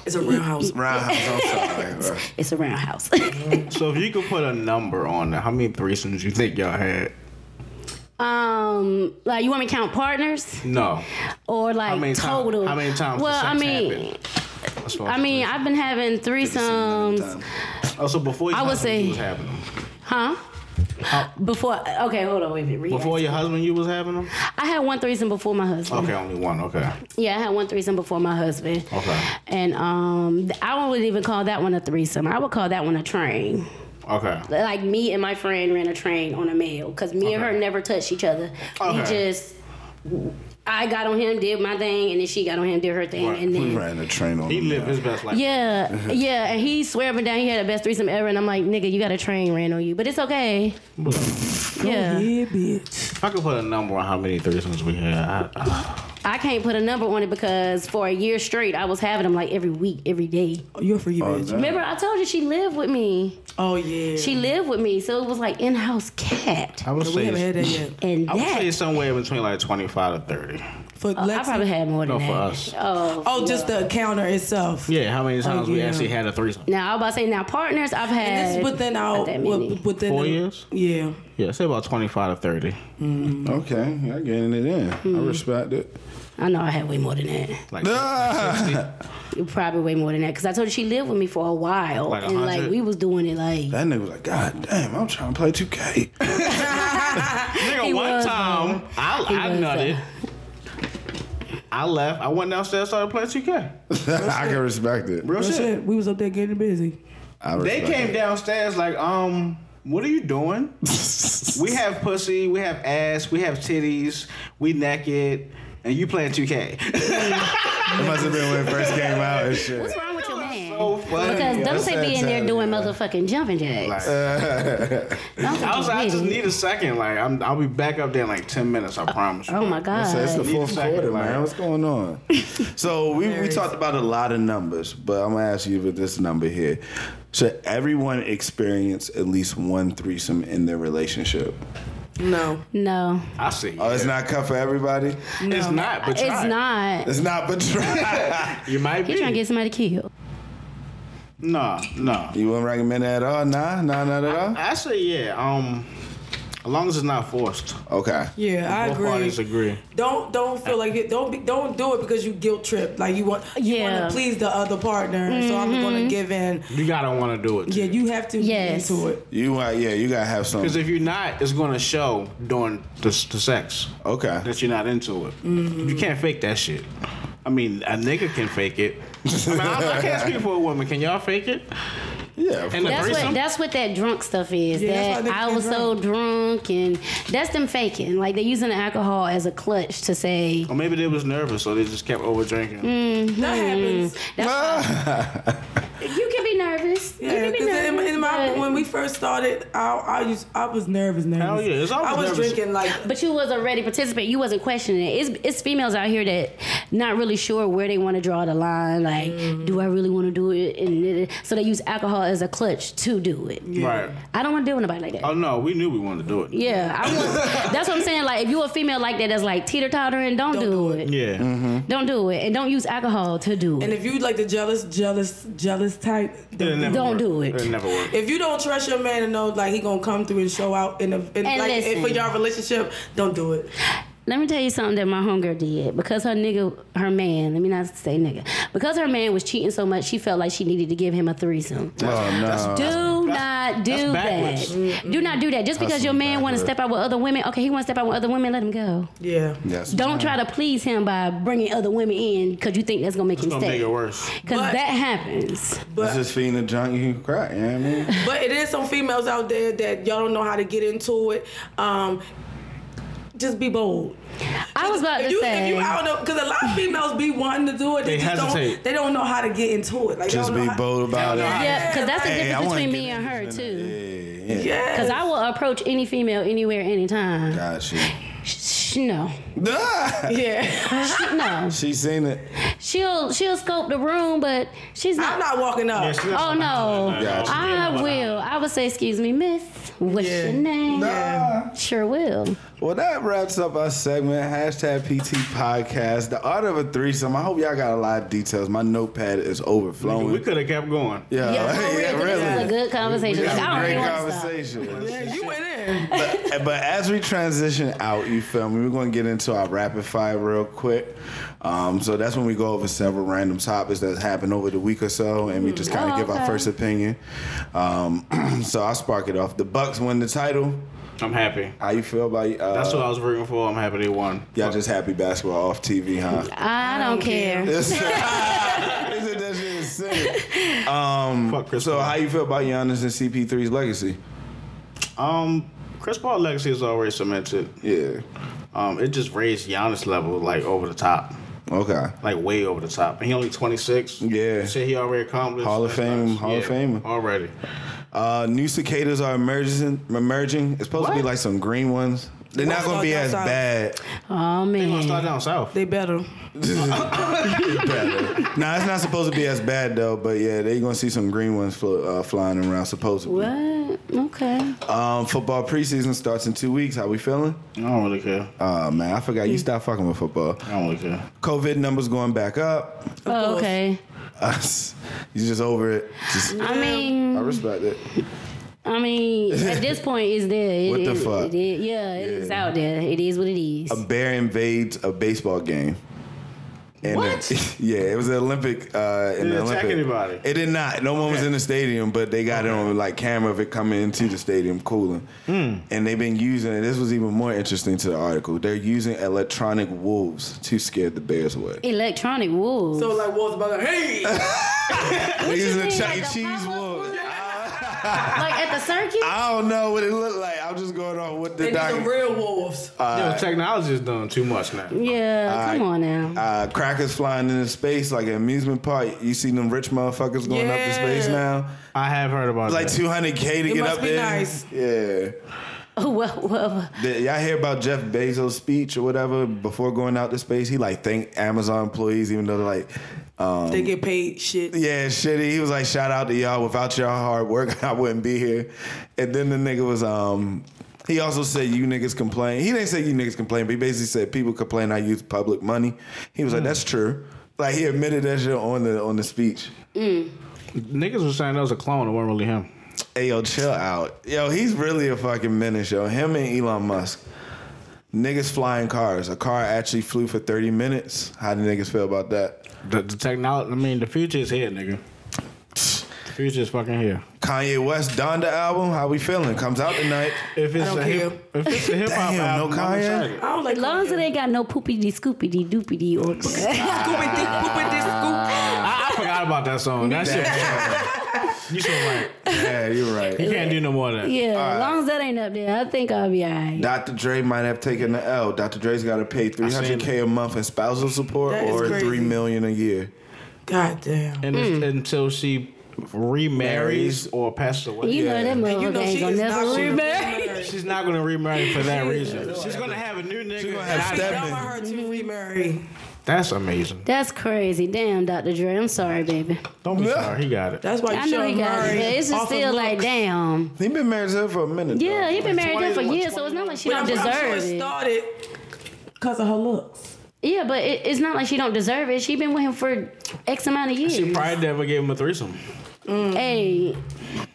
It's a real house. Roundhouse. *laughs* I'm *laughs* sorry. it's a roundhouse. *laughs* So if you could put a number on it, how many threesomes you think y'all had? um, like you want me to count partners No. or like many time- total? how many times Well, the I sex mean, happened? That's what I I'm mean, I've been having threesomes, saying. oh, so before your I would husband, say- you was having them. huh? Before, okay, hold on, wait a minute. read Before that. your husband, you was having them. I had one threesome before my husband. Okay, only one. Okay. Yeah, I had one threesome before my husband. Okay. And um, I wouldn't even call that one a threesome. I would call that one a train. Okay. Like me and my friend ran a train on a male because me and her Okay. never touched each other. We Okay. just, I got on him, did my thing, and then she got on him, did her thing, Right. and then. ran a train on He him. lived his best life. *laughs* Yeah, yeah, and he swear up and down he had the best threesome ever, and I'm like, nigga, you got a train ran on you, but it's okay. Yeah, Oh, Yeah, bitch. If I could put a number on how many threesomes we had, I, I, I can't put a number on it because for a year straight I was having them like every week, every day. Oh, You're a free Oh, bitch. Remember, I told you she lived with me. Oh yeah. Mm-hmm. She lived with me, so it was like in-house cat, I would we haven't had say. that yet. and I would that say somewhere between like twenty-five to thirty. For I Lexi. probably had more than No, that. for us. Oh, Oh, just the counter itself. Yeah, how many times we yeah. actually had a threesome? now I was about to say now partners I've had. And this is within not our that many. with- within Four the- years? Yeah. Yeah, say about twenty-five to thirty. Okay, I getting it in. Hmm. I respect *laughs* it. I know I had way more than that. Like, Probably way more than that because I told you she lived with me for a while, Like a and like hundred? we was doing it like That nigga was like, God damn, I'm trying to play *laughs* 2K. Nigga, He one was, time uh, I, he I was, nutted. I left. I went downstairs, started playing 2K. I can respect it. Real Real shit. shit. We was up there getting busy. I They respect came it. downstairs like, um, what are you doing? *laughs* we have pussy, we have ass, we have titties, we naked, and you playing 2K. It must have been when it first came out and shit. What's wrong *laughs* with your man? so funny. because Yeah, don't that's say be in there fantastic, doing man. motherfucking jumping jacks. Don't I was fucking like, I hit just it. need a second. Like, I'm, I'll be back up there in like 10 minutes, I promise you. Oh my *laughs* So it's the god. fourth Second, quarter, like- man. What's going *laughs* on? So we, we talked about a lot of numbers, but I'm gonna ask you with this number here. Should everyone experience at least one threesome in their relationship? No. No, I see. Oh, it's not cut for everybody. It's not, but it's try. not. It's not, but try. You might He be. trying to get somebody killed. Nah, nah. *laughs* you wouldn't recommend that at all? Nah, nah, not at all. Actually, yeah. Um, as long as it's not forced. Okay. Yeah, I Both parties agree. agree. Don't don't feel like it. Don't be, don't do it because you guilt trip. Like you want Yeah. you Mm-hmm. want to please the other partner. So I'm gonna give in. You gotta want to do it. Yeah, you have to Yes. be into it. You want? Yeah, you gotta have some. Because if you're not, it's gonna show during the, the sex uh, Okay. that you're not into it. Mm-hmm. You can't fake that shit. I mean, a nigga can fake it. I mean, I, I can't speak for a woman. Can y'all fake it? Yeah. of *laughs* And the That's threesome? what that's what that drunk stuff is. Yeah, that's that why niggas I get was so drunk and that's them faking. Like they're using the alcohol as a clutch to say Or maybe they was nervous, so they just kept over drinking. That happens. Oh, you can be nervous. you Ah. Yeah, can be because in, nervous. in my, but- when we first started, I, I, used, I was nervous, nervous. Hell yeah, it's always I was nervous. drinking like but you was already participant. You wasn't questioning it. It's, it's females out here that not really sure where they want to draw the line. Like, Mm. do I really want to do it? And so they use alcohol as a clutch to do it. Right. I don't want to deal with nobody like that. Oh no, we knew we wanted to do it. Mm. Yeah, I want. that's what I'm saying. Like, if you're a female like that, that's like teeter tottering. Don't, do it. Yeah. Don't do it, and don't use alcohol to do And it. if you like the jealous, jealous, jealous type, It'll never Don't work. do it. It'll never work. if you don't trust your man to know like he gonna come through and show out in a in, And like if for listen. y'all relationship, don't do it. Let me tell you something that my homegirl did because her nigga, her man. Let me not say nigga. Because her man was cheating so much, she felt like she needed to give him a threesome. Oh no. Do that's- not do that. that's Do not do that. Just because your man want to backwards. step out with other women, okay, he want to step out with other women, let him go. Yeah. Yes. Don't try to please him by bringing other women in because you think that's gonna make him It's gonna make it stay. worse. Because But- that happens. That's just feeding a junk you can cry. You know what I mean? *laughs* But it is some females out there that y'all don't know how to get into it. Um, just be bold. I was about if to you, say. If you, I don't know, because a lot of females be wanting to do it. They, They just hesitate. Don't, they don't know how to get into it. Like, they Just don't know be how- bold about it. yeah, because that's the Hey, I difference wanna between get me and her this in too. it. Yeah, yeah. Yes. Because I will approach any female anywhere, anytime. Gotcha. *laughs* Sh- no, Ah, *laughs* Yeah. She- no. she seen it. She'll she'll scope the room, but she's I'm not. not walking up. Yeah, she not gonna oh no, do that. Gotcha. I will. I would say, excuse me, miss. What's Yeah. your name? Ah. Sure will. Well, that wraps up our segment. Hashtag PT Podcast. The art of a threesome. I hope y'all got a lot of details. My notepad is overflowing. We could have kept going. yeah, yeah, for *laughs* yeah, real, 'cause This is a really. good conversation. It's Like, I a don't great even want to stop. conversation. Yeah, you went in. but, but as we transition out, you feel me? We're going to get into our rapid fire real quick. Um, so that's when we go over several random topics that's happened over the week or so, and we just kind of Oh, give our okay. first opinion. Um, *clears throat* so I'll spark it off. The Bucks win the title. I'm happy. How you feel about uh, That's what I was rooting for. I'm happy they won. Y'all just happy basketball off TV, huh? I don't care. Yes, sir. They said that shit is sick. Um, Fuck Chris so Paul. how you feel about Giannis and CP3's legacy? Um, Chris Paul legacy is already cemented. Yeah. Um, it just raised Giannis level like over the top, Okay. like way over the top. And he only 26. Yeah. Shit, he already accomplished. Hall of That's Fame, Hall of Famer. already. Uh, new cicadas are emerging. Emerging. It's supposed to be What? like some green ones. They're not What's gonna be going as down bad. Oh Gonna start man. down south. They better. nah, it's not supposed to be as bad though. But yeah, they're gonna see some green ones flo- uh, flying around supposedly. What? Okay. Um, football preseason starts in two weeks. How we feeling? I don't really care. Oh man, I forgot you stopped fucking with football. I don't really care. COVID numbers going back up. *laughs* Oh, okay. Us, you just over it. Just, I mean. I respect it. I mean, at this point, it's there. It, What the it- fuck? it is- yeah, it is Yeah. Um, out there. It is what it is. a bear invades a baseball game. And What? *laughs* yeah, it was an Olympic. Uh, in the Did it attack Olympic. anybody? It did not. No one was Okay. in the stadium, but they got it on like camera of it coming into the stadium cooling. And they've been using it. This was even more interesting to the article. They're using electronic wolves to scare the bears away. Electronic wolves. So like, Wolf's about *laughs* to, hey! They're using mean, a Chuck like E. a Cheese pop-up wolf. wolf? Ah. *laughs* like at the circuit? I don't know what it looked like. I'm just going off what the They doc. the real wolves. Uh, Yo, technology's done too much now. yeah, come on now. uh, crackers flying into space like an amusement park. You see them rich motherfuckers going up to space Yeah. now. I have heard about Like that. 200k to get must up be there. nice. Yeah. oh, well, well, Did y'all hear about Jeff Bezos' speech or whatever before going out to space? He like thanked Amazon employees, even though they're like, um, They get paid shit. yeah, shitty. He was like, shout out to y'all. Without y'all hard work, *laughs* I wouldn't be here. And then the nigga was, um, he also said you niggas complain. He didn't say you niggas complain, but he basically said people complain I use public money. He Hmm. was like, that's true. Like he admitted that shit on the on the speech. Niggas was saying that was a clone. It wasn't really him. Hey yo, chill out. Yo, he's really a fucking menace, yo. Him and Elon Musk. Niggas flying cars. A car actually flew for 30 minutes. How do niggas feel about that? *sniffs* The, the technology. I mean, the future is here, nigga. The future is fucking here. Kanye West Donda album, how we feeling? Comes out tonight. If it's don't a hip, if it's a hip hop Damn, no album, I'm Kanye? excited. I don't like as long as it *laughs* ain't got no poopity scoopity doopity or. Scoopy dick, poopy dick, *laughs* scoop. I, I forgot about that song. That shit. you so right. Yeah, you're right. You can't do no more of that. yeah, as long as that ain't up there, I think I'll be alright. Dr. Dre might have taken the L. Dr. Dre's gotta pay seen 300k a month in spousal support That is or crazy. three million a year. God damn. And it's until she remarries or passes away. You know that And motherfucker you know ain't she gonna is never not remarry. remarry. She's not gonna remarry for that reason. She's gonna have a new nigga. gonna have and I- step- I want her Mm-hmm. to remarry. That's amazing. That's crazy. Damn, Dr. Dre. I'm sorry, baby. Don't be sorry. He got it. That's why I you know should he got marry. it, but it's just off of still like, looks. damn. He been married to her for a minute. Yeah, he been married there for 21, years, so it's not like she But don't I'm- I'm sure deserve it it. started because of her looks. Yeah, but it, it's not like she don't deserve it. She been with him for X amount of years. She probably never gave him a *laughs* threesome. hey,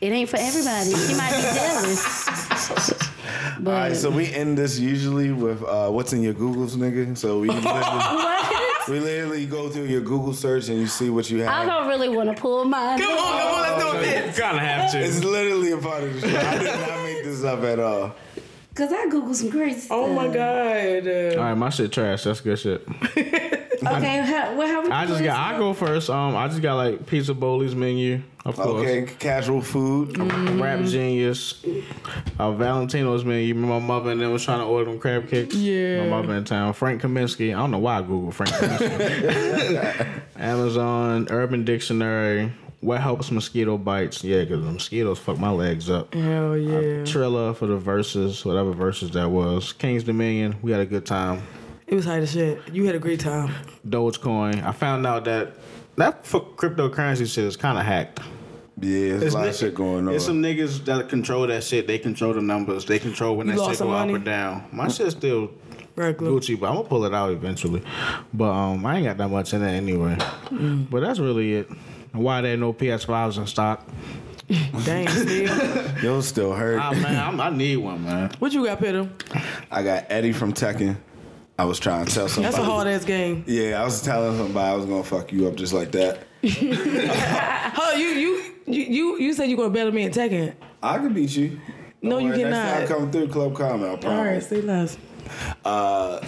it ain't for everybody. She might be jealous. But All right, *laughs* so we end this usually with uh, what's in your Google's, nigga. So we literally, What? we literally go through your Google search and you see what you I have. don't really want to pull mine. Come on, come on, let's do it. then. Gotta have It's to. literally a part of the show. I did not make this up at all. Cause I googled some crazy stuff. Oh my god. All right, my shit trash. That's good shit. Okay, how, well, how we I just doing got. this? I go first. Um, I just got like pizza bowlies menu, of course. Okay, casual food. Mm. Rap Mm-hmm. Genius, uh, Valentino's menu. Remember my mother and them was trying to order them crab cakes. Yeah. my mother in town. Frank Kaminsky. I don't know why I Google Frank Kaminsky. *laughs* Amazon, Urban Dictionary. What helps mosquito bites? Yeah, because the mosquitoes fuck my legs up. Hell yeah. Trilla for the verses, whatever verses that was. King's Dominion, we had a good time. It was high as shit. You had a great time. Dogecoin, I found out that that fu- cryptocurrency shit is kind of hacked. Yeah, there's a lot of shit going on. There's some niggas that control that shit. They control the numbers. They control when You that lost shit some go up money? or down. My shit's still Regular. Gucci, but I'm gonna pull it out eventually. But um, I ain't got that much in it anyway. Mm. But that's really it. Why there ain't no PS5s in stock? Dang, Steve. You'll still hurt. Ah man, I'm, I need one, man. What you got, Peter? I got Eddie from Tekken. I was trying to tell somebody. That's a hard ass game. Yeah, I was telling somebody I was gonna fuck you up just like that. Huh, you you you you, you said you gonna battle me in Tekken. I could beat you. No, Don't you worry, Next cannot. time I come through Club Comment, I All right, promise. say less. Uh,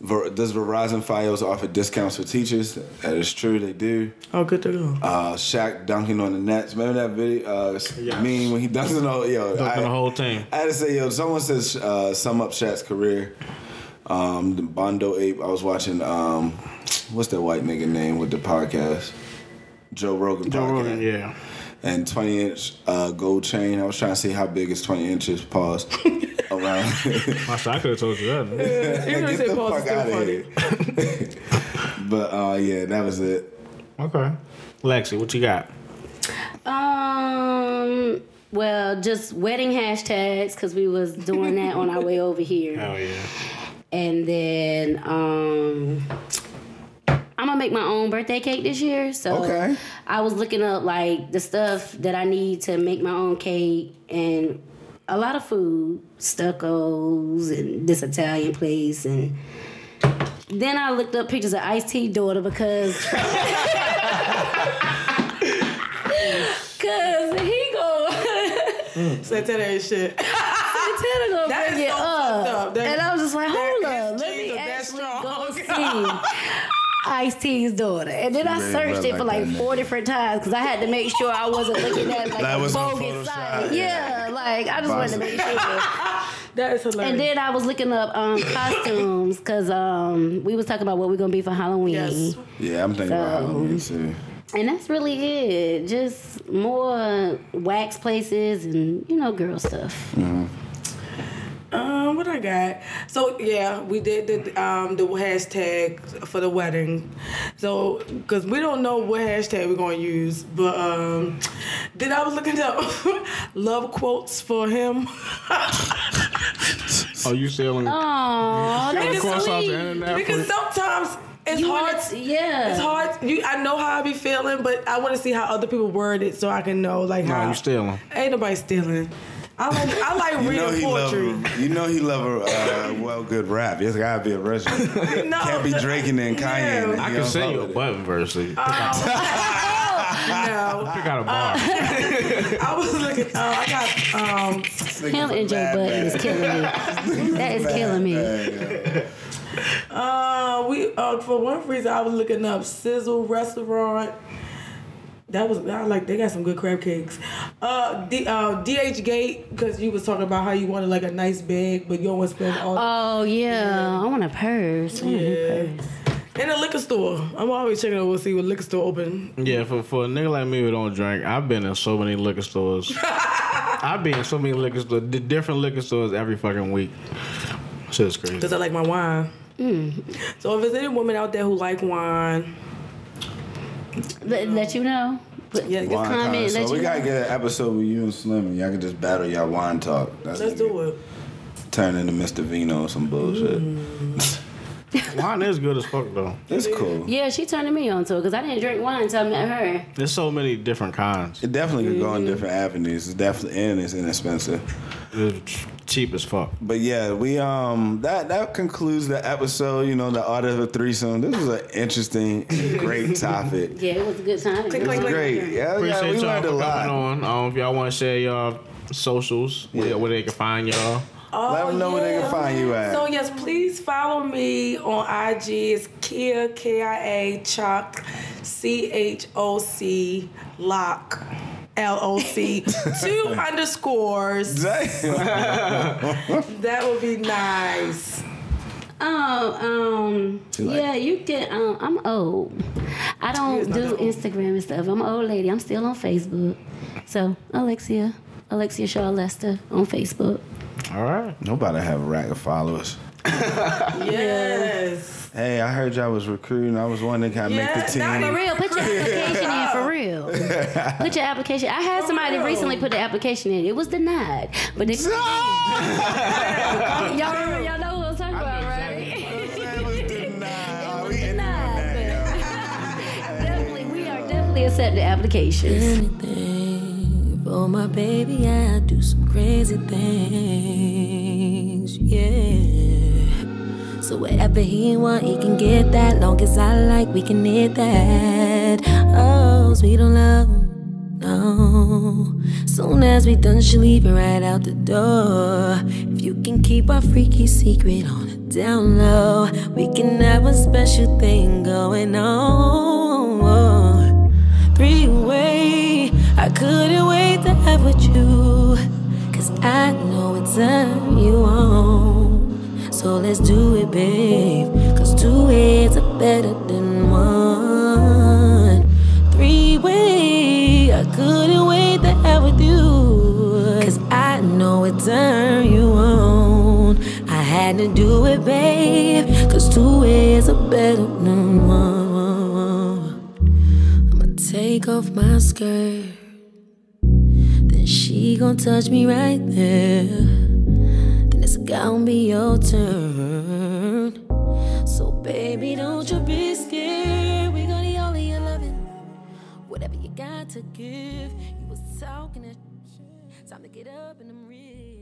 Ver- does Verizon Fios offer discounts for teachers? That is true, they do. Oh, good to go. Uh, Shaq dunking on the Nets. Remember that video? Uh, Mean when he dunking on yo. Dunking the whole team. I had to say, yo, someone says uh, sum up Shaq's career. Um, the Bondo Ape. I was watching. Um, what's that white nigga name with the podcast? Joe Rogan. Joe podcast. Rogan, yeah. And twenty inch uh, gold chain. I was trying to see how big is twenty inches. *laughs* Pause. Around. My shit, I could have told you that. Even *laughs* Get if the it pause, fuck it's still out of funny. here. *laughs* but uh, yeah, that was it. *laughs* okay, Lexi, what you got? Um. Well, just wedding hashtags because we was doing that on our way over here, Hell *laughs* yeah. and then um, I'm gonna make my own birthday cake this year. So Okay. I was looking up like the stuff that I need to make my own cake and a lot of food, stuccos and this Italian place and. Then I looked up pictures of Ice T daughter because *laughs* Cause he go, *laughs* Say that ain't shit. Santana gonna That bring is it so up, fucked up. That- and I was just like, hold that up, is let me Jesus, that actually strong. go *laughs* see *laughs* Ice T's daughter, and then I really searched it went for like like that, four different times because I had to make sure I wasn't looking at like That a wasn't bogus Photoshop, site. Yeah, like I just wanted to make sure. *laughs* That is hilarious. And then I was looking up um, costumes because um, we was talking about what we're gonna be for Halloween. yes. Yeah, I'm thinking about So- Halloween too. And that's really it. Just more wax places and you know girl stuff. Mm. Um, what I got? So yeah, we did the um the hashtag for the wedding. So because we don't know what hashtag we're gonna use, but um, then I was looking up *laughs* love quotes for him. Oh, you still on? Aww, Of that's course, off the sweet. internet. *laughs* because sometimes it's You hard. wanna- yeah. it's hard. You, I know how I be feeling, but I want to see how other people word it so I can know like Nah, how. you stealing. Ain't nobody stealing. I like I like You know reading he poetry. love. You know he love a uh, well good rap. It's gotta be a restaurant. *laughs* *laughs* No, Can't be the- Drake and then Kanye. Yeah. and I I he can don't send fuck you a with it. button verse. You Oh. *laughs* *laughs* No, Uh, got a bar. I was looking. Uh, I got um, Him and Joe Bad, Button is bad. killing *laughs* me. That is killing me. Uh, we uh, for one reason I was looking up Sizzle Restaurant. That was I like they got some good crab cakes. Uh, D, uh, DH Gate because you was talking about how you wanted like a nice bag, but you don't want to spend all. Oh yeah, I want a purse. I want a new Yeah. purse. In a liquor store, I'm always checking over to see what liquor store open. Yeah, for, for a nigga like me who don't drink, I've been in so many liquor *laughs* stores. I've been in so many liquor stores, di- different liquor stores every fucking week. Shit is crazy. Cause I like my wine. So if there's any women out there who like wine, Let, let you know. But Yeah, just wine comment. So Let we you gotta know. get an episode with you and Slim, and y'all can just battle y'all wine talk. That's let's do it. Turn into Mr. Vino or some bullshit. Mm. Wine is good as fuck though. It's cool. Yeah, she turning me on to it because I didn't drink wine until I met her. There's so many different kinds. It definitely could go in different avenues. It's definitely and it's inexpensive. It's cheap as fuck. But yeah, we um that that concludes the episode. You know, the art of a threesome. This was an interesting, *laughs* great topic. Yeah, it was a good time. Click, click, click. Great, yeah, yeah, Appreciate we y'all learned for a coming lot. on. Um, if y'all want to share y'all socials, Yeah. where, where they can find y'all. Oh, Let 'em know where they can find you at. So yes, please follow me on IG. It's Kia K I A Chalk C H O C Lock L *laughs* O C two underscores. Damn. That would be nice. Oh, um, yeah, you can. Um, I'm old. I don't do Instagram and stuff. I'm an old lady. I'm still on Facebook. So Alexia, Alexia Shaw Lester on Facebook. All right. *laughs* Nobody have a rack of followers. Yes. Hey, I heard y'all was recruiting. I was wanting to kind of Yeah, make the team. not For real, put your application in for real. *laughs* Put your application. I had somebody recently put the application in. It was denied, but they, y'all, *laughs* y'all know what I'm talking about, right? That was denied. Are we ending on was *laughs* denied, that? *laughs* definitely, we are definitely accepting applications. anything for my baby. I do some crazy things, yeah. So whatever he want, he can get that. Long as I like, we can hit that. Oh, sweet on love, no. Soon as we done, she leave it right out the door. If you can keep our freaky secret on a down low, we can have a special thing going on three way. I couldn't wait to have with you. Cause I know it's time you on. So let's do it, babe. Cause two heads are better than one. Three way. I couldn't wait to have with you. Cause I know it's time you on. I had to do it, babe. Cause two heads are better than one. I'ma take off my skirt. Then she gon' touch me right there. Then it's gonna be your turn. So baby, don't you be scared. We gonna need all of your loving. Whatever you got to give, you was talking that shit. Time to get up and I'm real.